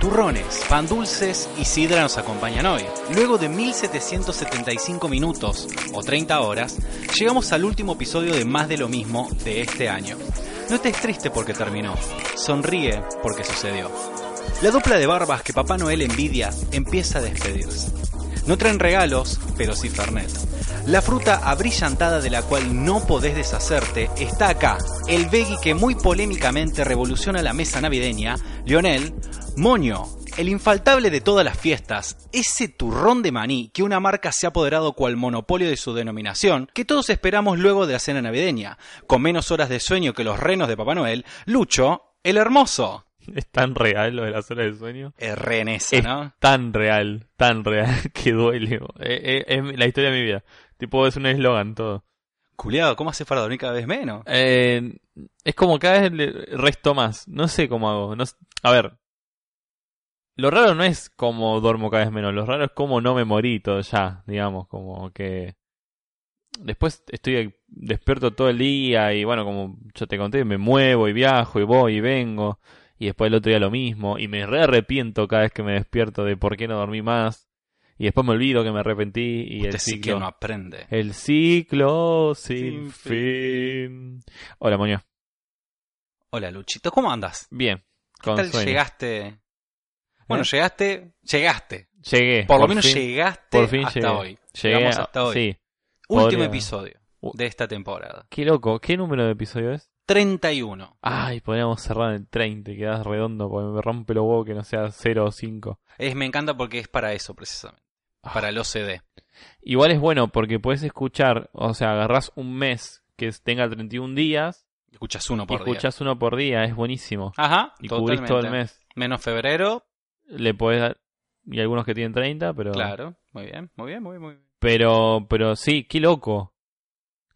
Turrones, pan dulces y sidra nos acompañan hoy. Luego de 1775 minutos o 30 horas, llegamos al último episodio de Más de lo mismo de este año. No estés triste porque terminó, sonríe porque sucedió. La dupla de barbas que Papá Noel envidia empieza a despedirse. No traen regalos, pero sí Fernet. La fruta abrillantada de la cual no podés deshacerte está acá. El veggie que muy polémicamente revoluciona la mesa navideña, Lionel, Moño, el infaltable de todas las fiestas, ese turrón de maní que una marca se ha apoderado cual monopolio de su denominación, que todos esperamos luego de la cena navideña, con menos horas de sueño que los renos de Papá Noel, Lucho, el hermoso. Es tan real lo de la zona de sueño. El re en esa, Es ¿no? tan real, tan real que duele. bo. Eh, eh, es la historia de mi vida. Tipo, es un eslogan todo. Culeado, ¿cómo hace para dormir cada vez menos? Eh, es como cada vez le resto más. No sé cómo hago. No, s- a ver. Lo raro no es cómo duermo cada vez menos. Lo raro es cómo no me morí todo ya. Digamos, como que. Después estoy despierto todo el día y bueno, como yo te conté, me muevo y viajo y voy y vengo. Y después el otro día lo mismo. Y me re arrepiento cada vez que me despierto de por qué no dormí más. Y después me olvido que me arrepentí. Y Usted el sí que ciclo- no aprende. el ciclo Sin sin, fin. Hola, Moño. Hola, Luchito, ¿cómo andas? Bien. ¿Qué Con tal sueño. llegaste? Bueno, ¿Eh? llegaste, llegaste. Llegué. Por, lo menos fin. llegaste por fin hasta llegué. hoy. Llegué Llegamos a- hasta hoy. Sí. Último podría- episodio U- de esta temporada. Qué loco. ¿Qué número de episodio es? 31. Ay, podríamos cerrar en el 30 y quedás redondo porque me rompe los huevos que no sea 0 o 5. Es, me encanta porque es para eso, precisamente. Ah. Para el OCD. Igual es bueno porque puedes escuchar, o sea, agarrás un mes que tenga 31 días Escuchas uno y por día. escuchás uno por día. Es buenísimo. Ajá, Y cubrís totalmente. todo el mes. Menos febrero, Le podés dar... Y algunos que tienen 30, pero... claro. Muy bien, muy bien, muy bien, muy bien. Pero, pero sí, qué loco.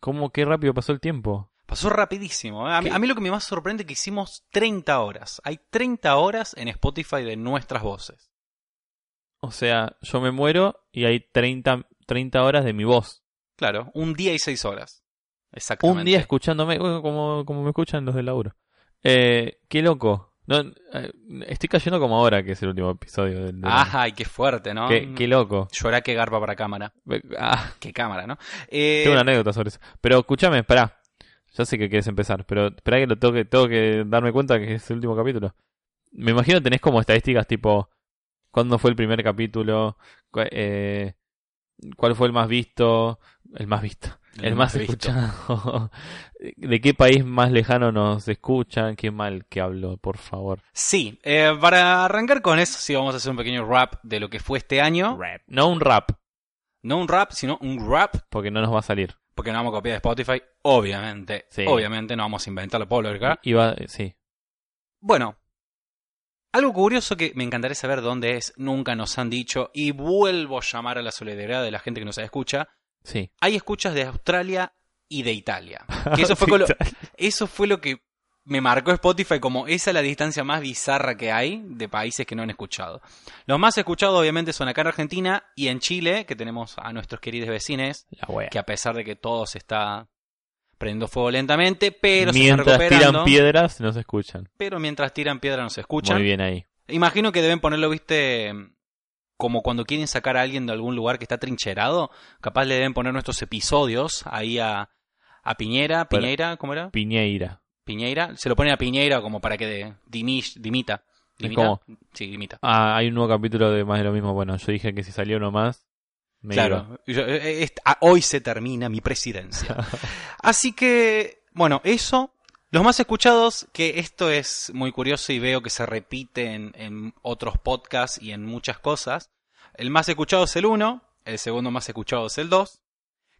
¿Cómo qué rápido pasó el tiempo? Pasó rapidísimo. ¿eh? A mí, ¿Qué? a mí lo que me más sorprende es que hicimos 30 horas. Hay 30 horas en Spotify de nuestras voces. O sea, yo me muero y hay 30, 30 horas de mi voz. Claro, un día y seis horas. Exactamente. Un día escuchándome, bueno, como, como me escuchan los del laburo. Eh, qué loco. No, eh, estoy cayendo como ahora, que es el último episodio del... del- Ajá, y qué fuerte, Ah, ¿no? Mm. qué, qué loco. Llorá que garpa para cámara. Ah, Qué cámara, ¿no? Eh, tengo una anécdota sobre eso. Pero escúchame, esperá. Ya sé que quieres empezar, pero esperá que lo tengo que, tengo que darme cuenta que es el último capítulo. Me imagino tenés como estadísticas tipo cuándo fue el primer capítulo, Cu- eh, cuál fue el más visto, el más visto, el, más visto. escuchado, de qué país más lejano nos escuchan, qué mal que hablo, por favor. Sí, eh, para arrancar con eso, sí vamos a hacer un pequeño rap de lo que fue este año. Rap. No un rap, No un rap, sino un rap, porque no nos va a salir. porque no vamos a copiar de Spotify, obviamente. Sí. Obviamente no vamos a inventar la acá. Iba, sí. Bueno, algo curioso que me encantaría saber dónde es, nunca nos han dicho, y vuelvo a llamar a la solidaridad de la gente que nos escucha. Sí. Hay escuchas de Australia y de Italia. Que eso fue con lo- Eso fue lo que me marcó Spotify como esa es la distancia más bizarra que hay de países que no han escuchado. Los más escuchados obviamente son acá en Argentina y en Chile, que tenemos a nuestros queridos vecinos, La wea. que a pesar de que todo se está prendiendo fuego lentamente, pero se Mientras está tiran recuperando, piedras, nos escuchan. pero mientras tiran piedra nos escuchan. Muy bien ahí. Imagino que deben ponerlo, viste, como cuando quieren sacar a alguien de algún lugar que está trincherado, capaz le deben poner nuestros episodios ahí a, a Piñera, Pero- Piñera, ¿cómo era? Piñeira. Piñeira, se lo pone a Piñeira como para que de- dimish- dimita. Es ¿Dimita? como- Sí, dimita. Ah, hay un nuevo capítulo de más de lo mismo. Bueno, yo dije que si salía uno más. me iba. claro, Yo- eh, est- ah, hoy se termina mi presidencia. Así que, bueno, eso. Los más escuchados, que esto es muy curioso y veo que se repite en, en otros podcasts y en muchas cosas. El más escuchado es el 1, el segundo más escuchado es el 2,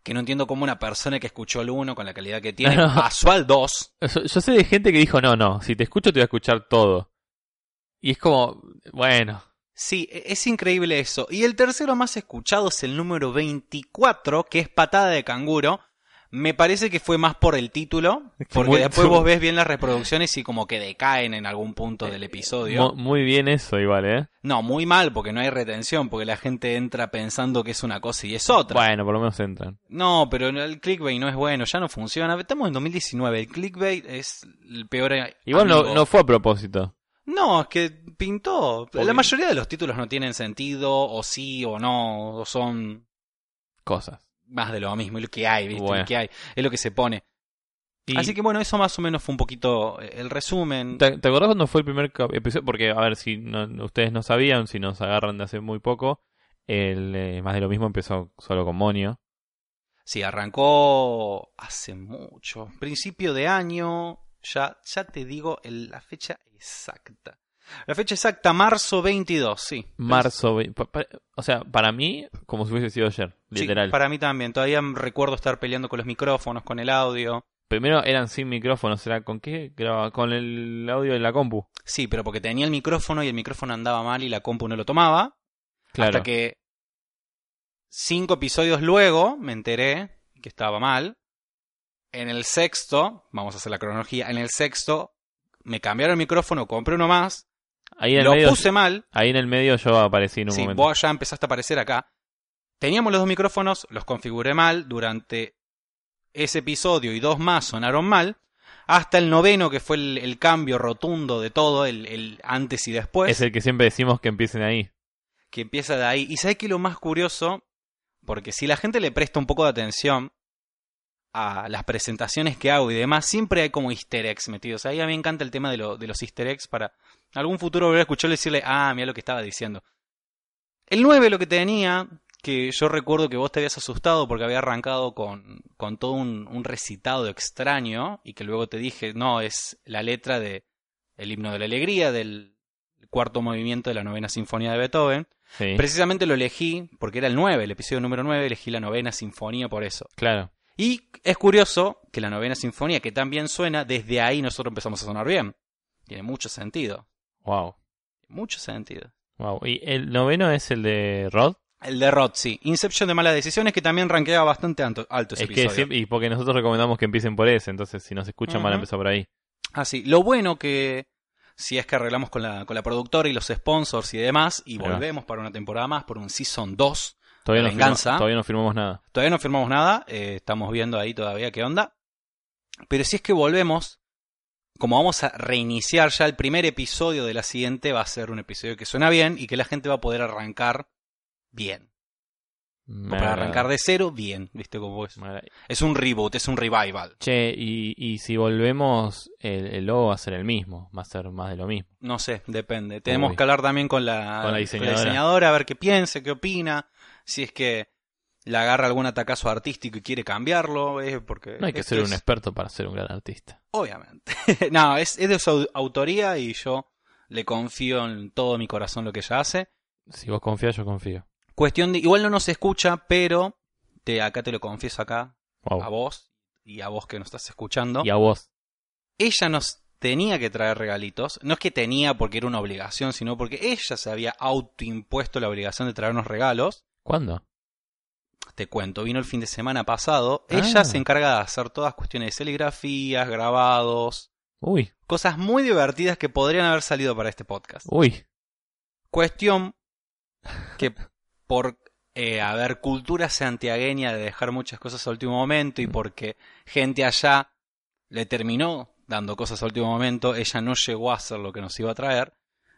que no entiendo cómo una persona que escuchó el 1 con la calidad que tiene No, no. pasó al 2. Yo, yo sé de gente que dijo, no, no, si te escucho te voy a escuchar todo. Y es como, bueno, Sí, e- es increíble eso. Y el tercero más escuchado es el número 24, que es Patada de Canguro. Me parece que fue más por el título, Es que porque muy- después vos ves bien las reproducciones y como que decaen en algún punto del episodio. Mu- muy bien eso igual, ¿eh? No, muy mal, porque no hay retención, porque la gente entra pensando que es una cosa y es otra. Bueno, por lo menos entran. No, pero el clickbait no es bueno, ya no funciona. Estamos en 2019, el clickbait es el peor. eh, Igual no, amigo. no fue a propósito. No, es que pintó. La Obvio. mayoría de los títulos no tienen sentido, o sí o no, o son Cosas. más de lo mismo, es lo que hay, ¿viste? Bueno. Lo que hay, es lo que se pone. Y- Así que bueno, eso más o menos fue un poquito eh, el resumen. ¿Te, te acordás cuando fue el primer cap- episodio? Porque, a ver, si no- ustedes no sabían, si nos agarran de hace muy poco, el, eh, más de lo mismo empezó solo con Monio. Sí, arrancó hace mucho, principio de año, ya, ya te digo el- la fecha exacta. La fecha exacta, marzo 22, sí. Marzo. ve- pa- pa- o sea, para mí, como si hubiese sido ayer, Sí, literal. para mí también, todavía recuerdo estar peleando con los micrófonos, con el audio. Primero eran sin micrófonos, ¿era con qué grababa? Con el audio de la compu. Sí, pero porque tenía el micrófono y el micrófono andaba mal y la compu no lo tomaba. Claro. Hasta que cinco episodios luego me enteré que estaba mal. En el sexto, vamos a hacer la cronología, en el sexto me cambiaron el micrófono, compré uno más, ahí, en el lo medio, puse mal, ahí en el medio yo aparecí en un sí, momento. vos ya empezaste a aparecer acá. Teníamos los dos micrófonos, los configuré mal durante ese episodio y dos más sonaron mal. Hasta el noveno, que fue el, el cambio rotundo de todo, el, el antes y después. Es el que siempre decimos que empiecen ahí. que empieza de ahí. Y sabes que lo más curioso, porque si la gente le presta un poco de atención a las presentaciones que hago y demás, siempre hay como easter eggs metidos. Ahí a mí me encanta el tema de, lo- de los easter eggs para algún futuro volver a escucharlo y decirle, ah, mira lo que estaba diciendo. El 9 lo que tenía, que yo recuerdo que vos te habías asustado porque había arrancado con, con todo un, un recitado extraño y que luego te dije, no, es la letra de el himno de la alegría del cuarto movimiento de la novena sinfonía de Beethoven. Sí, Precisamente lo elegí porque era el 9, el episodio número 9, elegí la novena sinfonía por eso. claro. Y es curioso que la novena sinfonía, que tan bien suena, desde ahí nosotros empezamos a sonar bien. Tiene mucho sentido, Wow. mucho sentido. Wow. ¿Y el noveno es el de Rod? El de Rod, sí. Inception de malas decisiones, que también ranqueaba bastante alto, alto ese Es que episodio. siempre- y porque nosotros recomendamos que empiecen por ese, entonces si nos escuchan van a Ujú. empezar por ahí. Ah, sí. Lo bueno que si es que arreglamos con la, con la productora y los sponsors y demás, y Ahí va. volvemos para una temporada más, por un Season 2, Todavía La no, firma- venganza. todavía no firmamos nada. Todavía no firmamos nada, eh, estamos viendo ahí todavía qué onda. Pero si es que volvemos, como vamos a reiniciar ya el primer episodio de la siguiente, va a ser un episodio que suena bien y que la gente va a poder arrancar bien. Me Como Para agrada. arrancar de cero, bien, ¿viste cómo es? Me agrada. Es un reboot, es un revival. Che, y, y si volvemos, el, el logo va a ser el mismo, va a ser más de lo mismo. No sé, depende. Tenemos Uy. que hablar también con la, Con la diseñadora. diseñadora, a ver qué piensa, qué opina, si es que le agarra algún atacazo artístico y quiere cambiarlo, es porque... No hay que esto ser un es- experto para ser un gran artista. Obviamente. no, es, es de su au- autoría y yo le confío en todo mi corazón lo que ella hace. Si vos confías, yo confío. Cuestión de. Igual no nos escucha, pero te, acá te lo confieso acá, Wow. a vos y a vos que nos estás escuchando. Y a vos. Ella nos tenía que traer regalitos. No es que tenía porque era una obligación, sino porque ella se había autoimpuesto la obligación de traernos regalos. ¿Cuándo? Te cuento, vino el fin de semana pasado. Ah. Ella se encarga de hacer todas cuestiones de celigrafías, grabados, Uy, cosas muy divertidas que podrían haber salido para este podcast. uy. Cuestión que por eh, haber cultura santiagueña de dejar muchas cosas a último momento y porque gente allá le terminó dando cosas a último momento, ella no llegó a hacer lo que nos iba a traer.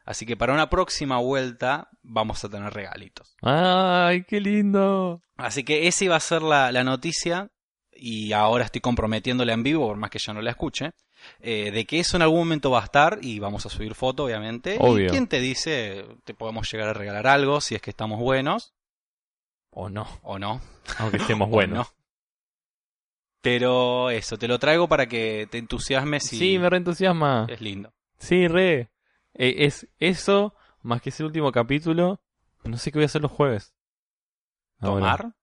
Así que para una próxima vuelta vamos a tener regalitos. ¡Ay, qué lindo! Así que esa iba a ser la, la noticia y ahora estoy comprometiéndola en vivo, por más que ya no la escuche, eh, de que eso en algún momento va a estar y vamos a subir foto, obviamente. Obvio. ¿Y quién te dice te podemos llegar a regalar algo si es que estamos buenos O no, o no? aunque estemos o buenos. no. Pero eso, te lo traigo para que te entusiasmes y sí. me reentusiasma. es lindo. Sí, re. Eh, es eso, más que ese último capítulo. No sé qué voy a hacer los jueves. Ahora. Tomar. Ah,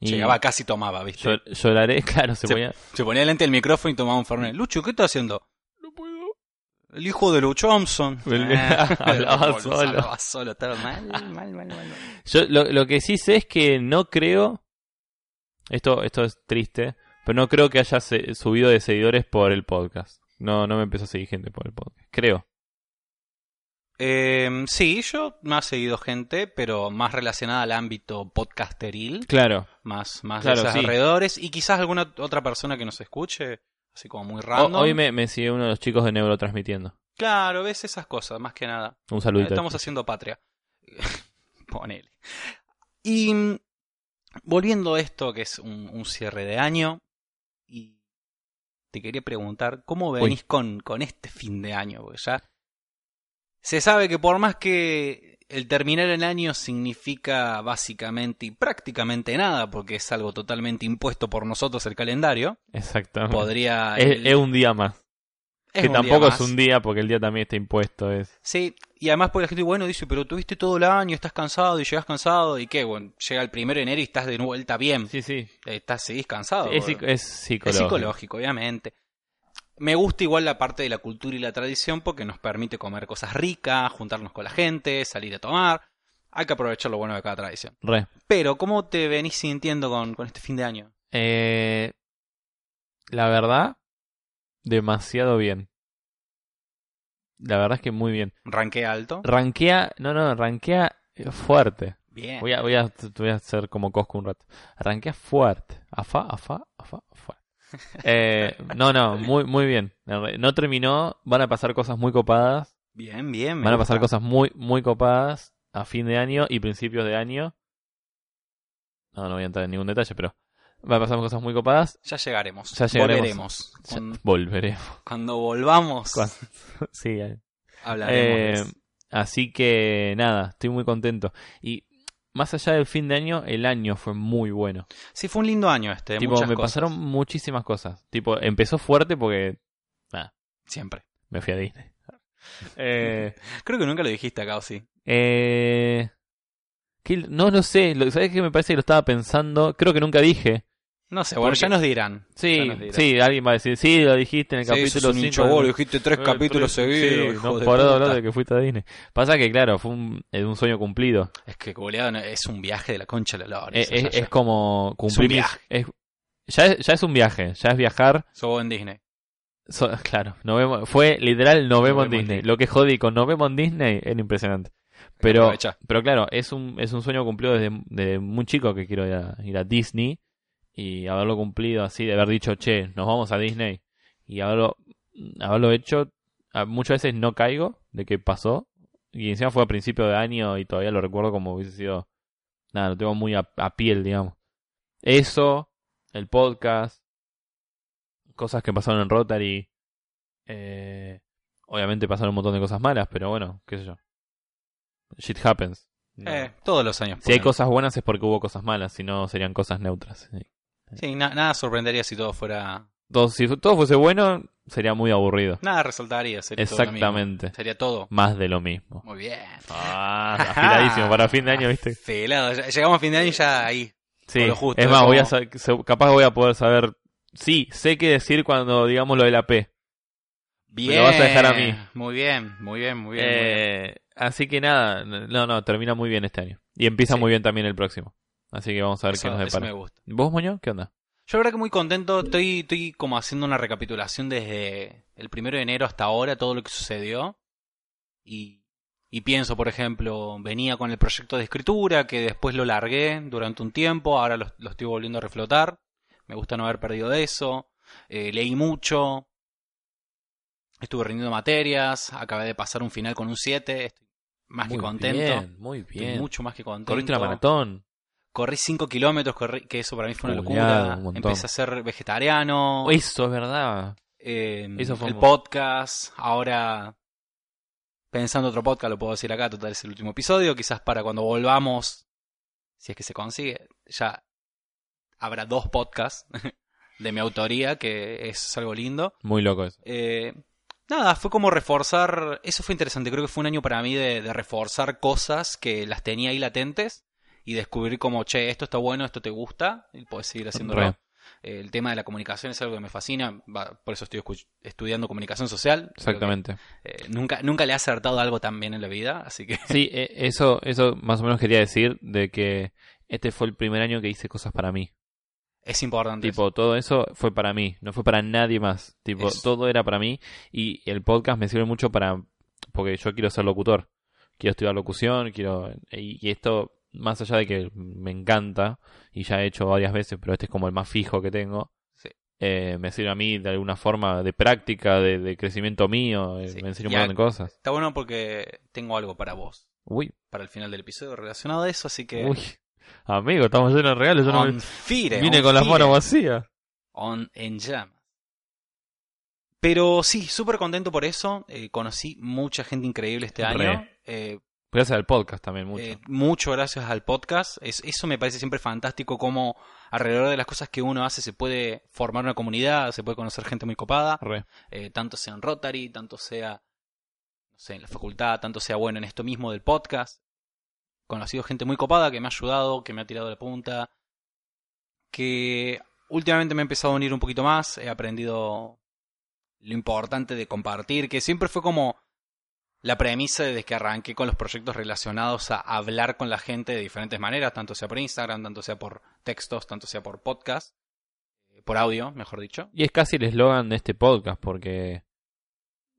Y Llegaba casi tomaba, ¿viste? llor- lloraré, claro, se Sí. ponía. Se ponía delante del micrófono y tomaba un Fernet. Lucho, ¿qué estás haciendo? No puedo. El hijo de Lucho Thompson. Eh, El- hablaba boludo, solo. Hablaba solo, estaba mal, mal, mal, mal, mal. Yo lo, lo que sí sé es que no creo. Esto, esto es triste, Pero no creo que haya se- subido de seguidores por el podcast. No, no me empezó a seguir gente por el podcast. Creo. Eh, sí, yo me ha seguido gente, pero más relacionada al ámbito podcasteril, Claro. más, más Claro, de esos sí. alrededores, y quizás alguna otra persona que nos escuche, así como muy O- random. hoy me, me sigue uno de los chicos de Neuro transmitiendo. Claro, ves esas cosas, más que nada. Un saludito. Estamos haciendo patria. Ponele. Y mm, volviendo a esto, que es un, un cierre de año, y te quería preguntar, ¿cómo Uy. venís con, con este fin de año? Porque ya se sabe que por más que el terminar el año significa básicamente y prácticamente nada, porque es algo totalmente impuesto por nosotros el calendario, Exactamente. podría... es, el- es un día más. es que un día tampoco más. es un día porque el día también está impuesto. Es... Sí, y además por la gente, bueno, dice, pero tuviste todo el año, estás cansado y llegas cansado, y qué, bueno, llega el primero de enero y estás de vuelta bien, Sí, sí. estás, seguís cansado. Es, boludo. psic- es Es psicológico. psicológico, obviamente. Me gusta igual la parte de la cultura y la tradición porque nos permite comer cosas ricas, juntarnos con la gente, salir a tomar. Hay que aprovechar lo bueno de cada tradición. Re. Pero, ¿cómo te venís sintiendo con, con este fin de año? Eh, la verdad, demasiado bien. La verdad es que muy bien. ¿Ranqué alto? Rankea, no, no, rankea fuerte. Bien. Voy a, voy a, voy a hacer como Cosco un rato. Rankea fuerte. Afa, afa, afa, fuerte. Eh, no, no, muy, muy bien. No terminó, van a pasar cosas muy copadas. Bien, bien. me Van a pasar gusta. cosas muy, muy copadas a fin de año y principios de año. No, no voy a entrar en ningún detalle, pero van a pasar cosas muy copadas. Ya llegaremos. Ya Volveremos. llegaremos. Ya Cuando, volveremos. cuando volvamos, Cuando- Sí, eh. hablaremos. de Eh, eso. así que nada, estoy muy contento. Y más allá del fin de año, el año fue muy bueno. Sí, fue un lindo año este. tipo, muchas me cosas. pasaron muchísimas cosas. Tipo, empezó fuerte porque Siempre. me fui a Disney. Eh, Creo que nunca lo dijiste acá, ¿o sí? eh, ¿qué- no lo sé. Lo, ¿Sabes qué? Me parece que lo estaba pensando. Creo que nunca dije. No sé, bueno, Porque- ya nos dirán. Ya Sí, nos dirán. sí, alguien va a decir, sí, lo dijiste en el Sí, sos capítulo un 5. hincha boludo, dijiste tres capítulos seguidos. hijo no de paró de puta. hablar de que fuiste a Disney. Pasa que, claro, fue un, eh, un sueño cumplido. Es que, goleado, no- es un viaje de la concha de la lora. Eh, eso Es, ya- ya. es como cumplir Es un mis- viaje. es- ya, es, ya es un viaje, ya es viajar. Sos en Disney. So- claro, no vemos, fue literal, no vemos en vemos en Disney. Disney. Lo que jodí con no vemos en Disney era impresionante. Pero, Aprovecha. pero claro, es un, es un sueño cumplido desde, desde muy chico que quiero ir a, ir a Disney y haberlo cumplido así, de haber dicho, che, nos vamos a Disney y haberlo, haberlo hecho, a- muchas veces no caigo de que pasó y encima fue a principio de año y todavía lo recuerdo como hubiese sido, nada, lo tengo muy a, a piel, digamos. Eso, el podcast, cosas que pasaron en Rotary, eh, obviamente pasaron un montón de cosas malas, pero bueno, qué sé yo. Shit happens. No. Eh, todos los años. Si hay pueden. cosas buenas es porque hubo cosas malas, si no serían cosas neutras. Sí. Sí, na- nada sorprendería si todo fuera. Todo, si todo fuese bueno, sería muy aburrido. Nada resaltaría. Sería todo lo mismo. Exactamente. Sería todo. Más de lo mismo. Muy bien. Ah, afiladísimo para fin de año, ¿viste? Pelado, ya- Llegamos a fin de año y ya ahí. Sí. Con lo justo, es es más, como- voy a sa- se- capaz voy a poder saber. Sí, sé qué decir cuando digamos lo de la P. Bien. lo vas a dejar a mí. Muy bien, muy bien, muy bien. muy bien. Eh, así que nada, no, no, termina muy bien este año. Y empieza Sí. muy bien también el próximo. Así que vamos a ver Eso- qué nos eso depara. me gusta. ¿Vos, Moño? ¿Qué onda? Yo la verdad que muy contento, estoy, estoy como haciendo una recapitulación desde el primero de enero hasta ahora, todo lo que sucedió. Y, y pienso, por ejemplo, venía con el proyecto de escritura, que después lo largué durante un tiempo, ahora lo, lo estoy volviendo a reflotar. Me gusta no haber perdido de eso. Eh, leí mucho. Estuve rindiendo materias, acabé de pasar un final con un 7, estoy más que contento. muy Estoy mucho más que contento. Corriste una maratón. Corrí 5 kilómetros, corrí- que eso para mí fue una Juliado, locura. un montón. Empecé a ser vegetariano. Eso es verdad. eh, eso fue el un- podcast. Ahora, pensando otro podcast, lo puedo decir acá. Total, es el último episodio. Quizás para cuando volvamos, si es que se consigue, ya habrá dos podcasts de mi autoría, que es algo lindo. Muy loco eso. Eh, nada, fue como reforzar. Eso fue interesante. Creo que fue un año para mí de, de reforzar cosas que las tenía ahí latentes y descubrir como, che, esto está bueno, esto te gusta y podés seguir haciéndolo. Re. Eh, El tema de la comunicación es algo que me fascina. va, por eso estoy escu- estudiando comunicación social. Exactamente. Creo que, eh, nunca, nunca le he acertado algo tan bien en la vida, así que. Sí, e- eso, eso más o menos quería decir de que este fue el primer año que hice cosas para mí. Es importante. Tipo, todo eso fue para mí, no fue para nadie más. Tipo, Eso. todo era para mí y el podcast me sirve mucho para... Porque yo quiero ser locutor, quiero estudiar locución, quiero... Y, y esto, más allá de que me encanta y ya he hecho varias veces, pero este es como el más fijo que tengo. Sí. eh, me sirve a mí de alguna forma de práctica, de, de crecimiento mío, eh, Sí. me enseña Y un montón de cosas. Está bueno porque tengo algo para vos, Uy, para el final del episodio relacionado a eso, así que... uy, amigo, estamos llenos de regalos, yo no me- on fire, vine on con las fire. manos vacías. On- en llamas. Pero sí, súper contento por eso. Eh, conocí mucha gente increíble este Re. año. Eh, Gracias al podcast también, mucho. eh, mucho gracias al podcast. Es- eso me parece siempre fantástico como alrededor de las cosas que uno hace se puede formar una comunidad, se puede conocer gente muy copada, Re. eh, tanto sea en Rotary, tanto sea no sé, en la facultad, tanto sea bueno en esto mismo del podcast. Conocido gente muy copada que me ha ayudado, que me ha tirado la punta, que últimamente me he empezado a unir un poquito más, he aprendido lo importante de compartir, que siempre fue como la premisa desde que arranqué con los proyectos relacionados a hablar con la gente de diferentes maneras, tanto sea por Instagram, tanto sea por textos, tanto sea por podcast, eh, por audio, mejor dicho. Y es casi el eslogan de este podcast, porque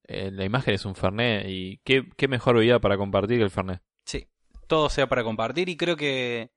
eh, la imagen es un Fernet y qué, qué mejor bebida para compartir que el Fernet. Sí, todo sea para compartir y creo que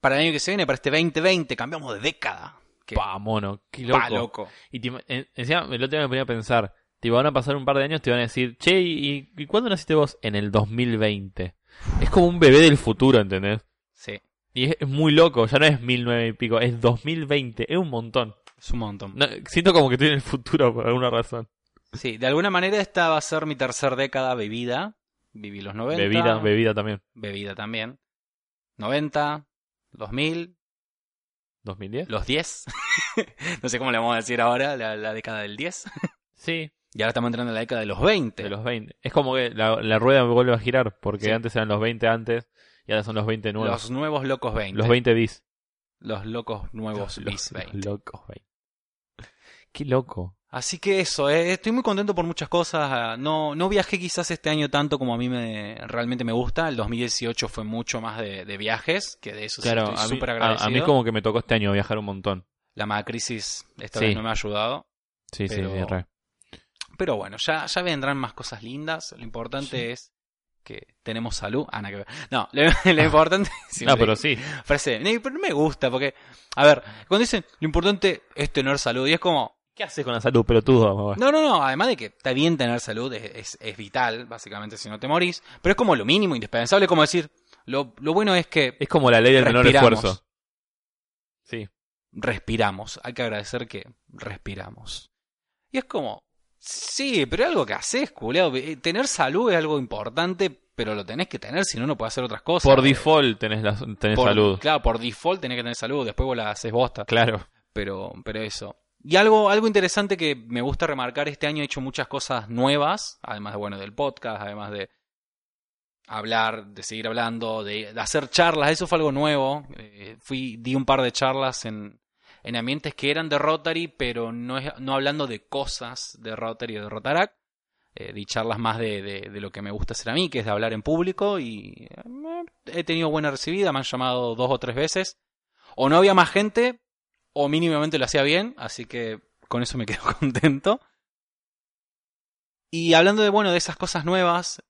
para el año que se viene, para este 2020, cambiamos de década. Que Pa, mono, qué pa, loco. loco. Y te ima- en- encima, el otro día me ponía a pensar, te van a pasar un par de años, te van a decir, che, ¿y, y cuándo naciste vos? En el 2020. Es como un bebé del futuro, ¿entendés? Sí, Y es, es muy loco, ya no es 1009 y pico, es 2020, es un montón. es un montón. No, siento como que estoy en el futuro por alguna razón. Sí, de alguna manera esta va a ser mi tercer década bebida. Viví los 90. Bebida, bebida también. Bebida también. 90, 2000, 2010. los 10. no sé cómo le vamos a decir ahora, la, la década del 10. Sí, Y ahora estamos entrando en la década de los 20. de los 20. Es como que la, la rueda vuelve a girar, porque Sí. antes eran los 20 antes y ahora son los 20 nuevos. Los nuevos locos 20. Los, 20 bis. Los locos nuevos Los- bis los 20. locos 20. Qué loco. Así que eso, eh, estoy muy contento por muchas cosas. ah, No, no viajé quizás este año tanto como a mí me, realmente me gusta. El 2018 fue mucho más de, de viajes, que de eso sí Claro, estoy a mí, súper a- agradecido. a mí como que me tocó este año viajar un montón. La macrisis esta Sí. vez no me ha ayudado. Sí, sí, Pero- sí, re. Pero bueno, ya, ya vendrán más cosas lindas. Lo importante Sí. es que tenemos salud. Ah, nada que ver. No, lo, lo importante... no, siempre pero sí. frase, "Ney, pero no me gusta porque... A ver, cuando dicen lo importante es tener salud y es como... ¿Qué haces con la salud pelotudo? mamá? No, no, no. Además de que está bien tener salud, es, es- es vital, básicamente, si no te morís. Pero es como lo mínimo, indispensable, como decir, lo, lo bueno es que Es como la ley del menor Respiramos. esfuerzo. Sí. respiramos. Hay que agradecer que respiramos. Y es como, sí, pero es algo que haces, culeado. Eh, Tener salud es algo importante, pero lo tenés que tener, si no, no puedes hacer otras cosas. Por default tenés, la, tenés Por- salud. Claro, por default tenés que tener salud, después vos la haces bosta. Claro. pero, pero eso. Y algo, algo interesante que me gusta remarcar, este año he hecho muchas cosas nuevas, además de, bueno, del podcast, además de hablar, de seguir hablando, de, de hacer charlas, eso fue algo nuevo. Eh, fui, di un par de charlas en, en ambientes que eran de Rotary, pero no, es- no hablando de cosas de Rotary o de Rotarac. Eh, di charlas más de, de- de lo que me gusta hacer a mí, que es de hablar en público, y eh, he tenido buena recibida, me han llamado dos o tres veces. O no había más gente, o mínimamente lo hacía bien, así que con eso me quedo contento. Y hablando de, bueno, de esas cosas nuevas,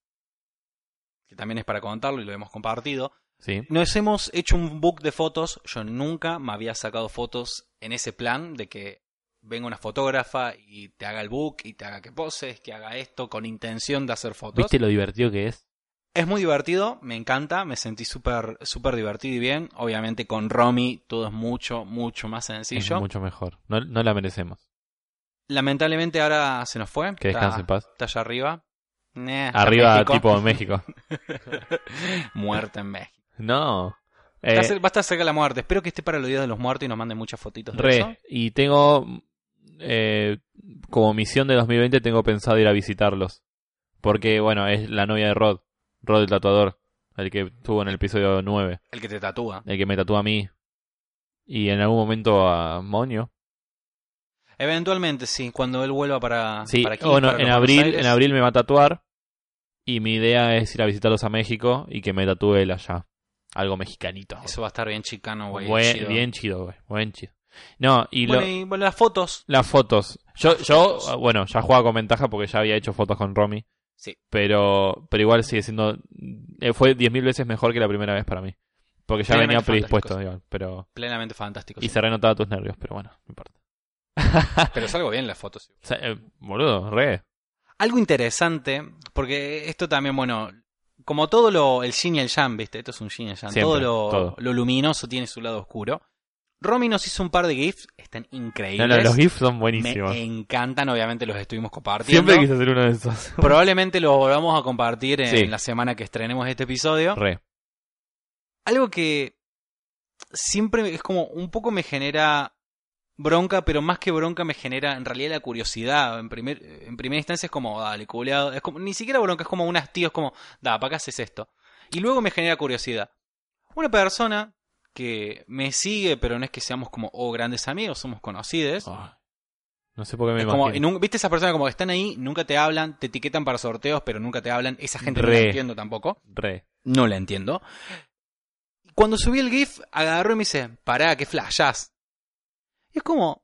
que también es para contarlo y lo hemos compartido, Sí. nos hemos hecho un book de fotos. Yo nunca me había sacado fotos en ese plan de que venga una fotógrafa y te haga el book y te haga que poses, que haga esto con intención de hacer fotos. ¿Viste lo divertido que es? Es muy divertido, me encanta, me sentí súper súper divertido y bien. Obviamente con Romy todo es mucho, mucho más es sencillo. mucho mejor. No, no la merecemos. Lamentablemente ahora se nos fue. Que Está- descanse en paz. Está allá arriba. Nah, está en Arriba, México. tipo en México. Muerte en México. No. Va a Eh, ser- va a estar cerca de la muerte. Espero que esté para los días de los muertos y nos manden muchas fotitos de eso. Re, y tengo eh, como misión de 2020 tengo pensado ir a visitarlos. Porque, bueno, es la novia de Rod, Rod el tatuador, el que estuvo en el episodio 9, El que te tatúa. el que me tatúa a mí. Y en algún momento a Moño. Eventualmente, sí, cuando él vuelva para, Sí, Ah, para aquí. bueno, para en los Buenos abril, Aires. en abril me va a tatuar. Y mi idea es ir a visitarlos a México y que me tatúe él allá. Algo mexicanito. Eso va a estar bien chicano, güey. Buen- chido. bien chido, güey. Buen chido. No, y lo- bueno, y bueno, las fotos. las fotos. Yo, yo, bueno, ya jugaba con ventaja porque ya había hecho fotos con Romy. Sí. Pero, pero igual sigue siendo. eh, Fue 10.000 veces mejor que la primera vez para mí. Porque ya venía Plenamente predispuesto, fantásticos. digamos, pero. Plenamente fantástico. sí. Y se renotaba tus nervios, pero bueno, no importa. Pero salgo bien en las fotos. O sea, eh, boludo, re. Algo interesante, porque esto también, bueno, como todo lo, el yin y el yang, ¿viste? Esto es un yin y el yang. Siempre, todo, lo, todo. lo luminoso tiene su lado oscuro. Romy nos hizo un par de GIFs, están No, increíbles. no, los GIFs son buenísimos. Me encantan, obviamente los estuvimos compartiendo. Siempre quise hacer uno de esos. Probablemente los volvamos a compartir en Sí. la semana que estrenemos este episodio. Re. Algo que siempre es como un poco me genera bronca, pero más que bronca me genera en realidad la curiosidad. En, primer, en primera instancia es como, dale, culeado. Es como, ni siquiera bronca, es como un hastío, es como, da, ¿para qué haces esto? Y luego me genera curiosidad. Una persona que me sigue, pero no es que seamos como, oh, grandes amigos, somos conocidos. Ah. No sé por qué me Es como, imagino. y nun- ¿Viste esas personas como que están ahí, nunca te hablan, te etiquetan para sorteos, pero nunca te hablan? Esa gente no Re. la entiendo tampoco. Re. No la entiendo. Cuando subí el GIF, agarró y me dice, pará, que flashás. Y es como.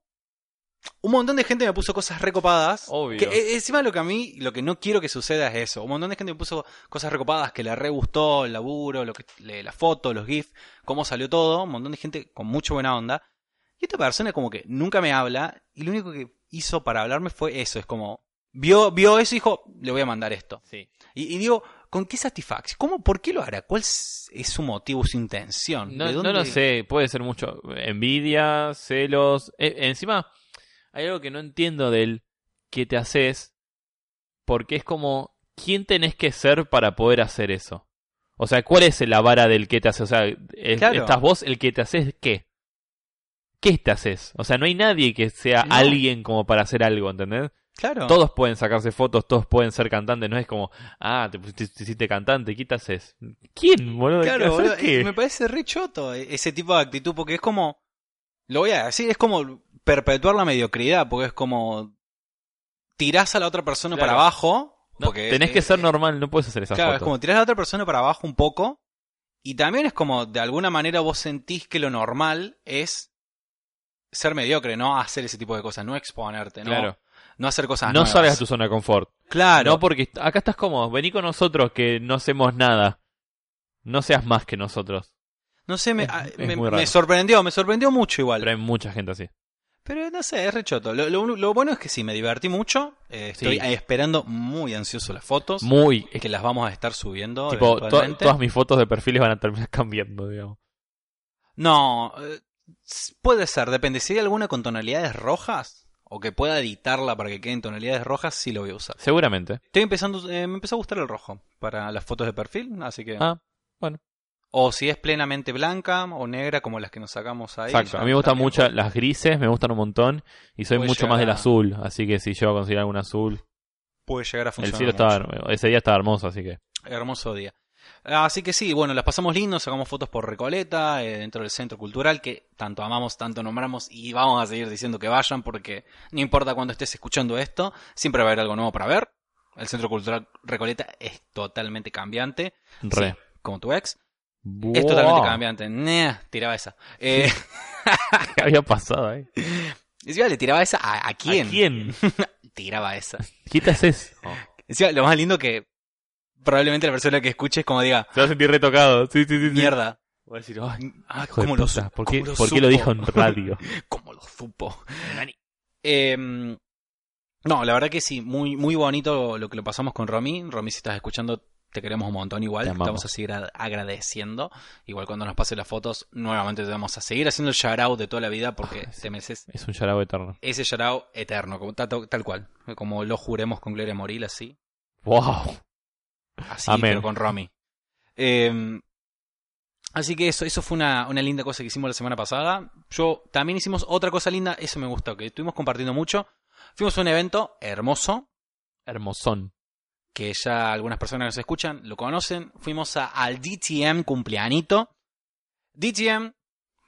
Un montón de gente me puso cosas recopadas. Obvio. Que, eh, encima lo que a mí, lo que no quiero que suceda es eso. Un montón de gente me puso cosas recopadas que le re gustó, el laburo, lo que, le- la foto, los GIFs, cómo salió todo. Un montón de gente con mucha buena onda. Y esta persona como que nunca me habla y lo único que hizo para hablarme fue eso. Es como, vio, vio eso y dijo, le voy a mandar esto. Sí. Y, y digo, ¿con qué satisfacción? ¿Cómo, ¿Por qué lo hará? ¿Cuál es es su motivo, su intención? No, ¿De no dónde- lo sé, puede ser mucho. Envidia, celos. Eh, encima, hay algo que no entiendo del que te haces, porque es como, ¿quién tenés que ser para poder hacer eso? O sea, ¿cuál es la vara del que te haces? O sea, es- Claro. ¿estás vos el que te haces qué? ¿Qué te haces? O sea, no hay nadie que sea No. alguien como para hacer algo, ¿entendés? Claro. Todos pueden sacarse fotos, todos pueden ser cantantes, no es como, ah, te, pusiste- te hiciste cantante, ¿qué te haces? ¿Quién, boludo? ¿Qué claro, haces boludo, qué? eh, me parece re choto eh, ese tipo de actitud, porque es como, lo voy a decir, es como perpetuar la mediocridad, porque es como, tirás a la otra persona Claro. para abajo. No, porque, tenés eh, que ser eh, normal, no puedes hacer esas Claro, es fotos. como tirás a la otra persona para abajo un poco. Y también es como, de alguna manera vos sentís que lo normal es ser mediocre, no hacer ese tipo de cosas, no exponerte, no, Claro. no hacer cosas no nuevas. salgas de tu zona de confort. Claro, No, porque est- acá estás cómodo. Vení con nosotros que no hacemos nada. No seas más que nosotros. no sé, me, es- ah, es me- muy raro. me sorprendió, me sorprendió mucho igual. Pero Pero, hay mucha gente así. no sé, es rechoto. Lo, lo- lo bueno es que sí, me divertí mucho. eh, Sí. estoy esperando muy ansioso las fotos, Muy. es que las vamos a estar subiendo tipo, to- eventualmente. todas mis fotos de perfiles van a terminar cambiando, digamos. No, eh, s- puede ser, depende. Si hay alguna con tonalidades rojas o que pueda editarla para que quede en tonalidades rojas, sí lo voy a usar. Seguramente. Estoy empezando, eh, me empezó a gustar el rojo para las fotos de perfil, así que. Ah, O si es plenamente blanca o negra como las que nos sacamos ahí. exacto. ya A mí me gustan también mucho las grises, me gustan un montón. Y soy Puede mucho más del llegar a- azul. Así que si yo consigo algún azul. Puede llegar a El funcionar. cielo mucho. estaba. Ese día estaba hermoso, así que. Hermoso día. Así que sí, bueno, las pasamos lindo, sacamos fotos por Recoleta, eh, dentro del centro cultural, que tanto amamos, tanto nombramos y vamos a seguir diciendo que vayan porque no importa cuando estés escuchando esto, siempre va a haber algo nuevo para ver. El centro cultural Recoleta es totalmente cambiante, Re. como tu ex. Buah, Es totalmente cambiante. Nah, tiraba esa. Eh, ¿Qué había pasado ahí? encima le tiraba esa a, a quién. ¿A quién? Tiraba esa. ¿Qué te haces? Encima, lo más lindo que probablemente la persona que escuche es como diga, Se va a sentir retocado. Sí, sí, sí. sí. mierda. Voy a decir, ay, Ah, hijo de ¿cómo lo puta, su- ¿por qué, cómo por qué lo supo? dijo en radio? ¿Cómo lo supo? Em, no, la verdad que sí, muy, muy bonito lo que lo pasamos con Romy. Romy, si estás escuchando, te queremos un montón igual. Te Te amamos. vamos a seguir a- agradeciendo. Igual cuando nos pasen las fotos, nuevamente te vamos a seguir haciendo el shout out de toda la vida porque Ah, sí. te mereces Es un yarabo eterno. ese shout out eterno, como, ta- tal, cual. Como lo juremos con Gloria Moril, así. ¡Wow! Así, Amén. pero con Romy. Eh, así que eso, eso fue una, una linda cosa que hicimos la semana pasada. Yo también hicimos otra cosa linda, eso me gustó, que estuvimos compartiendo mucho. Fuimos a un evento hermoso, Hermosón. que ya algunas personas que nos escuchan lo conocen. Fuimos a- al DTM cumpleanito. DTM,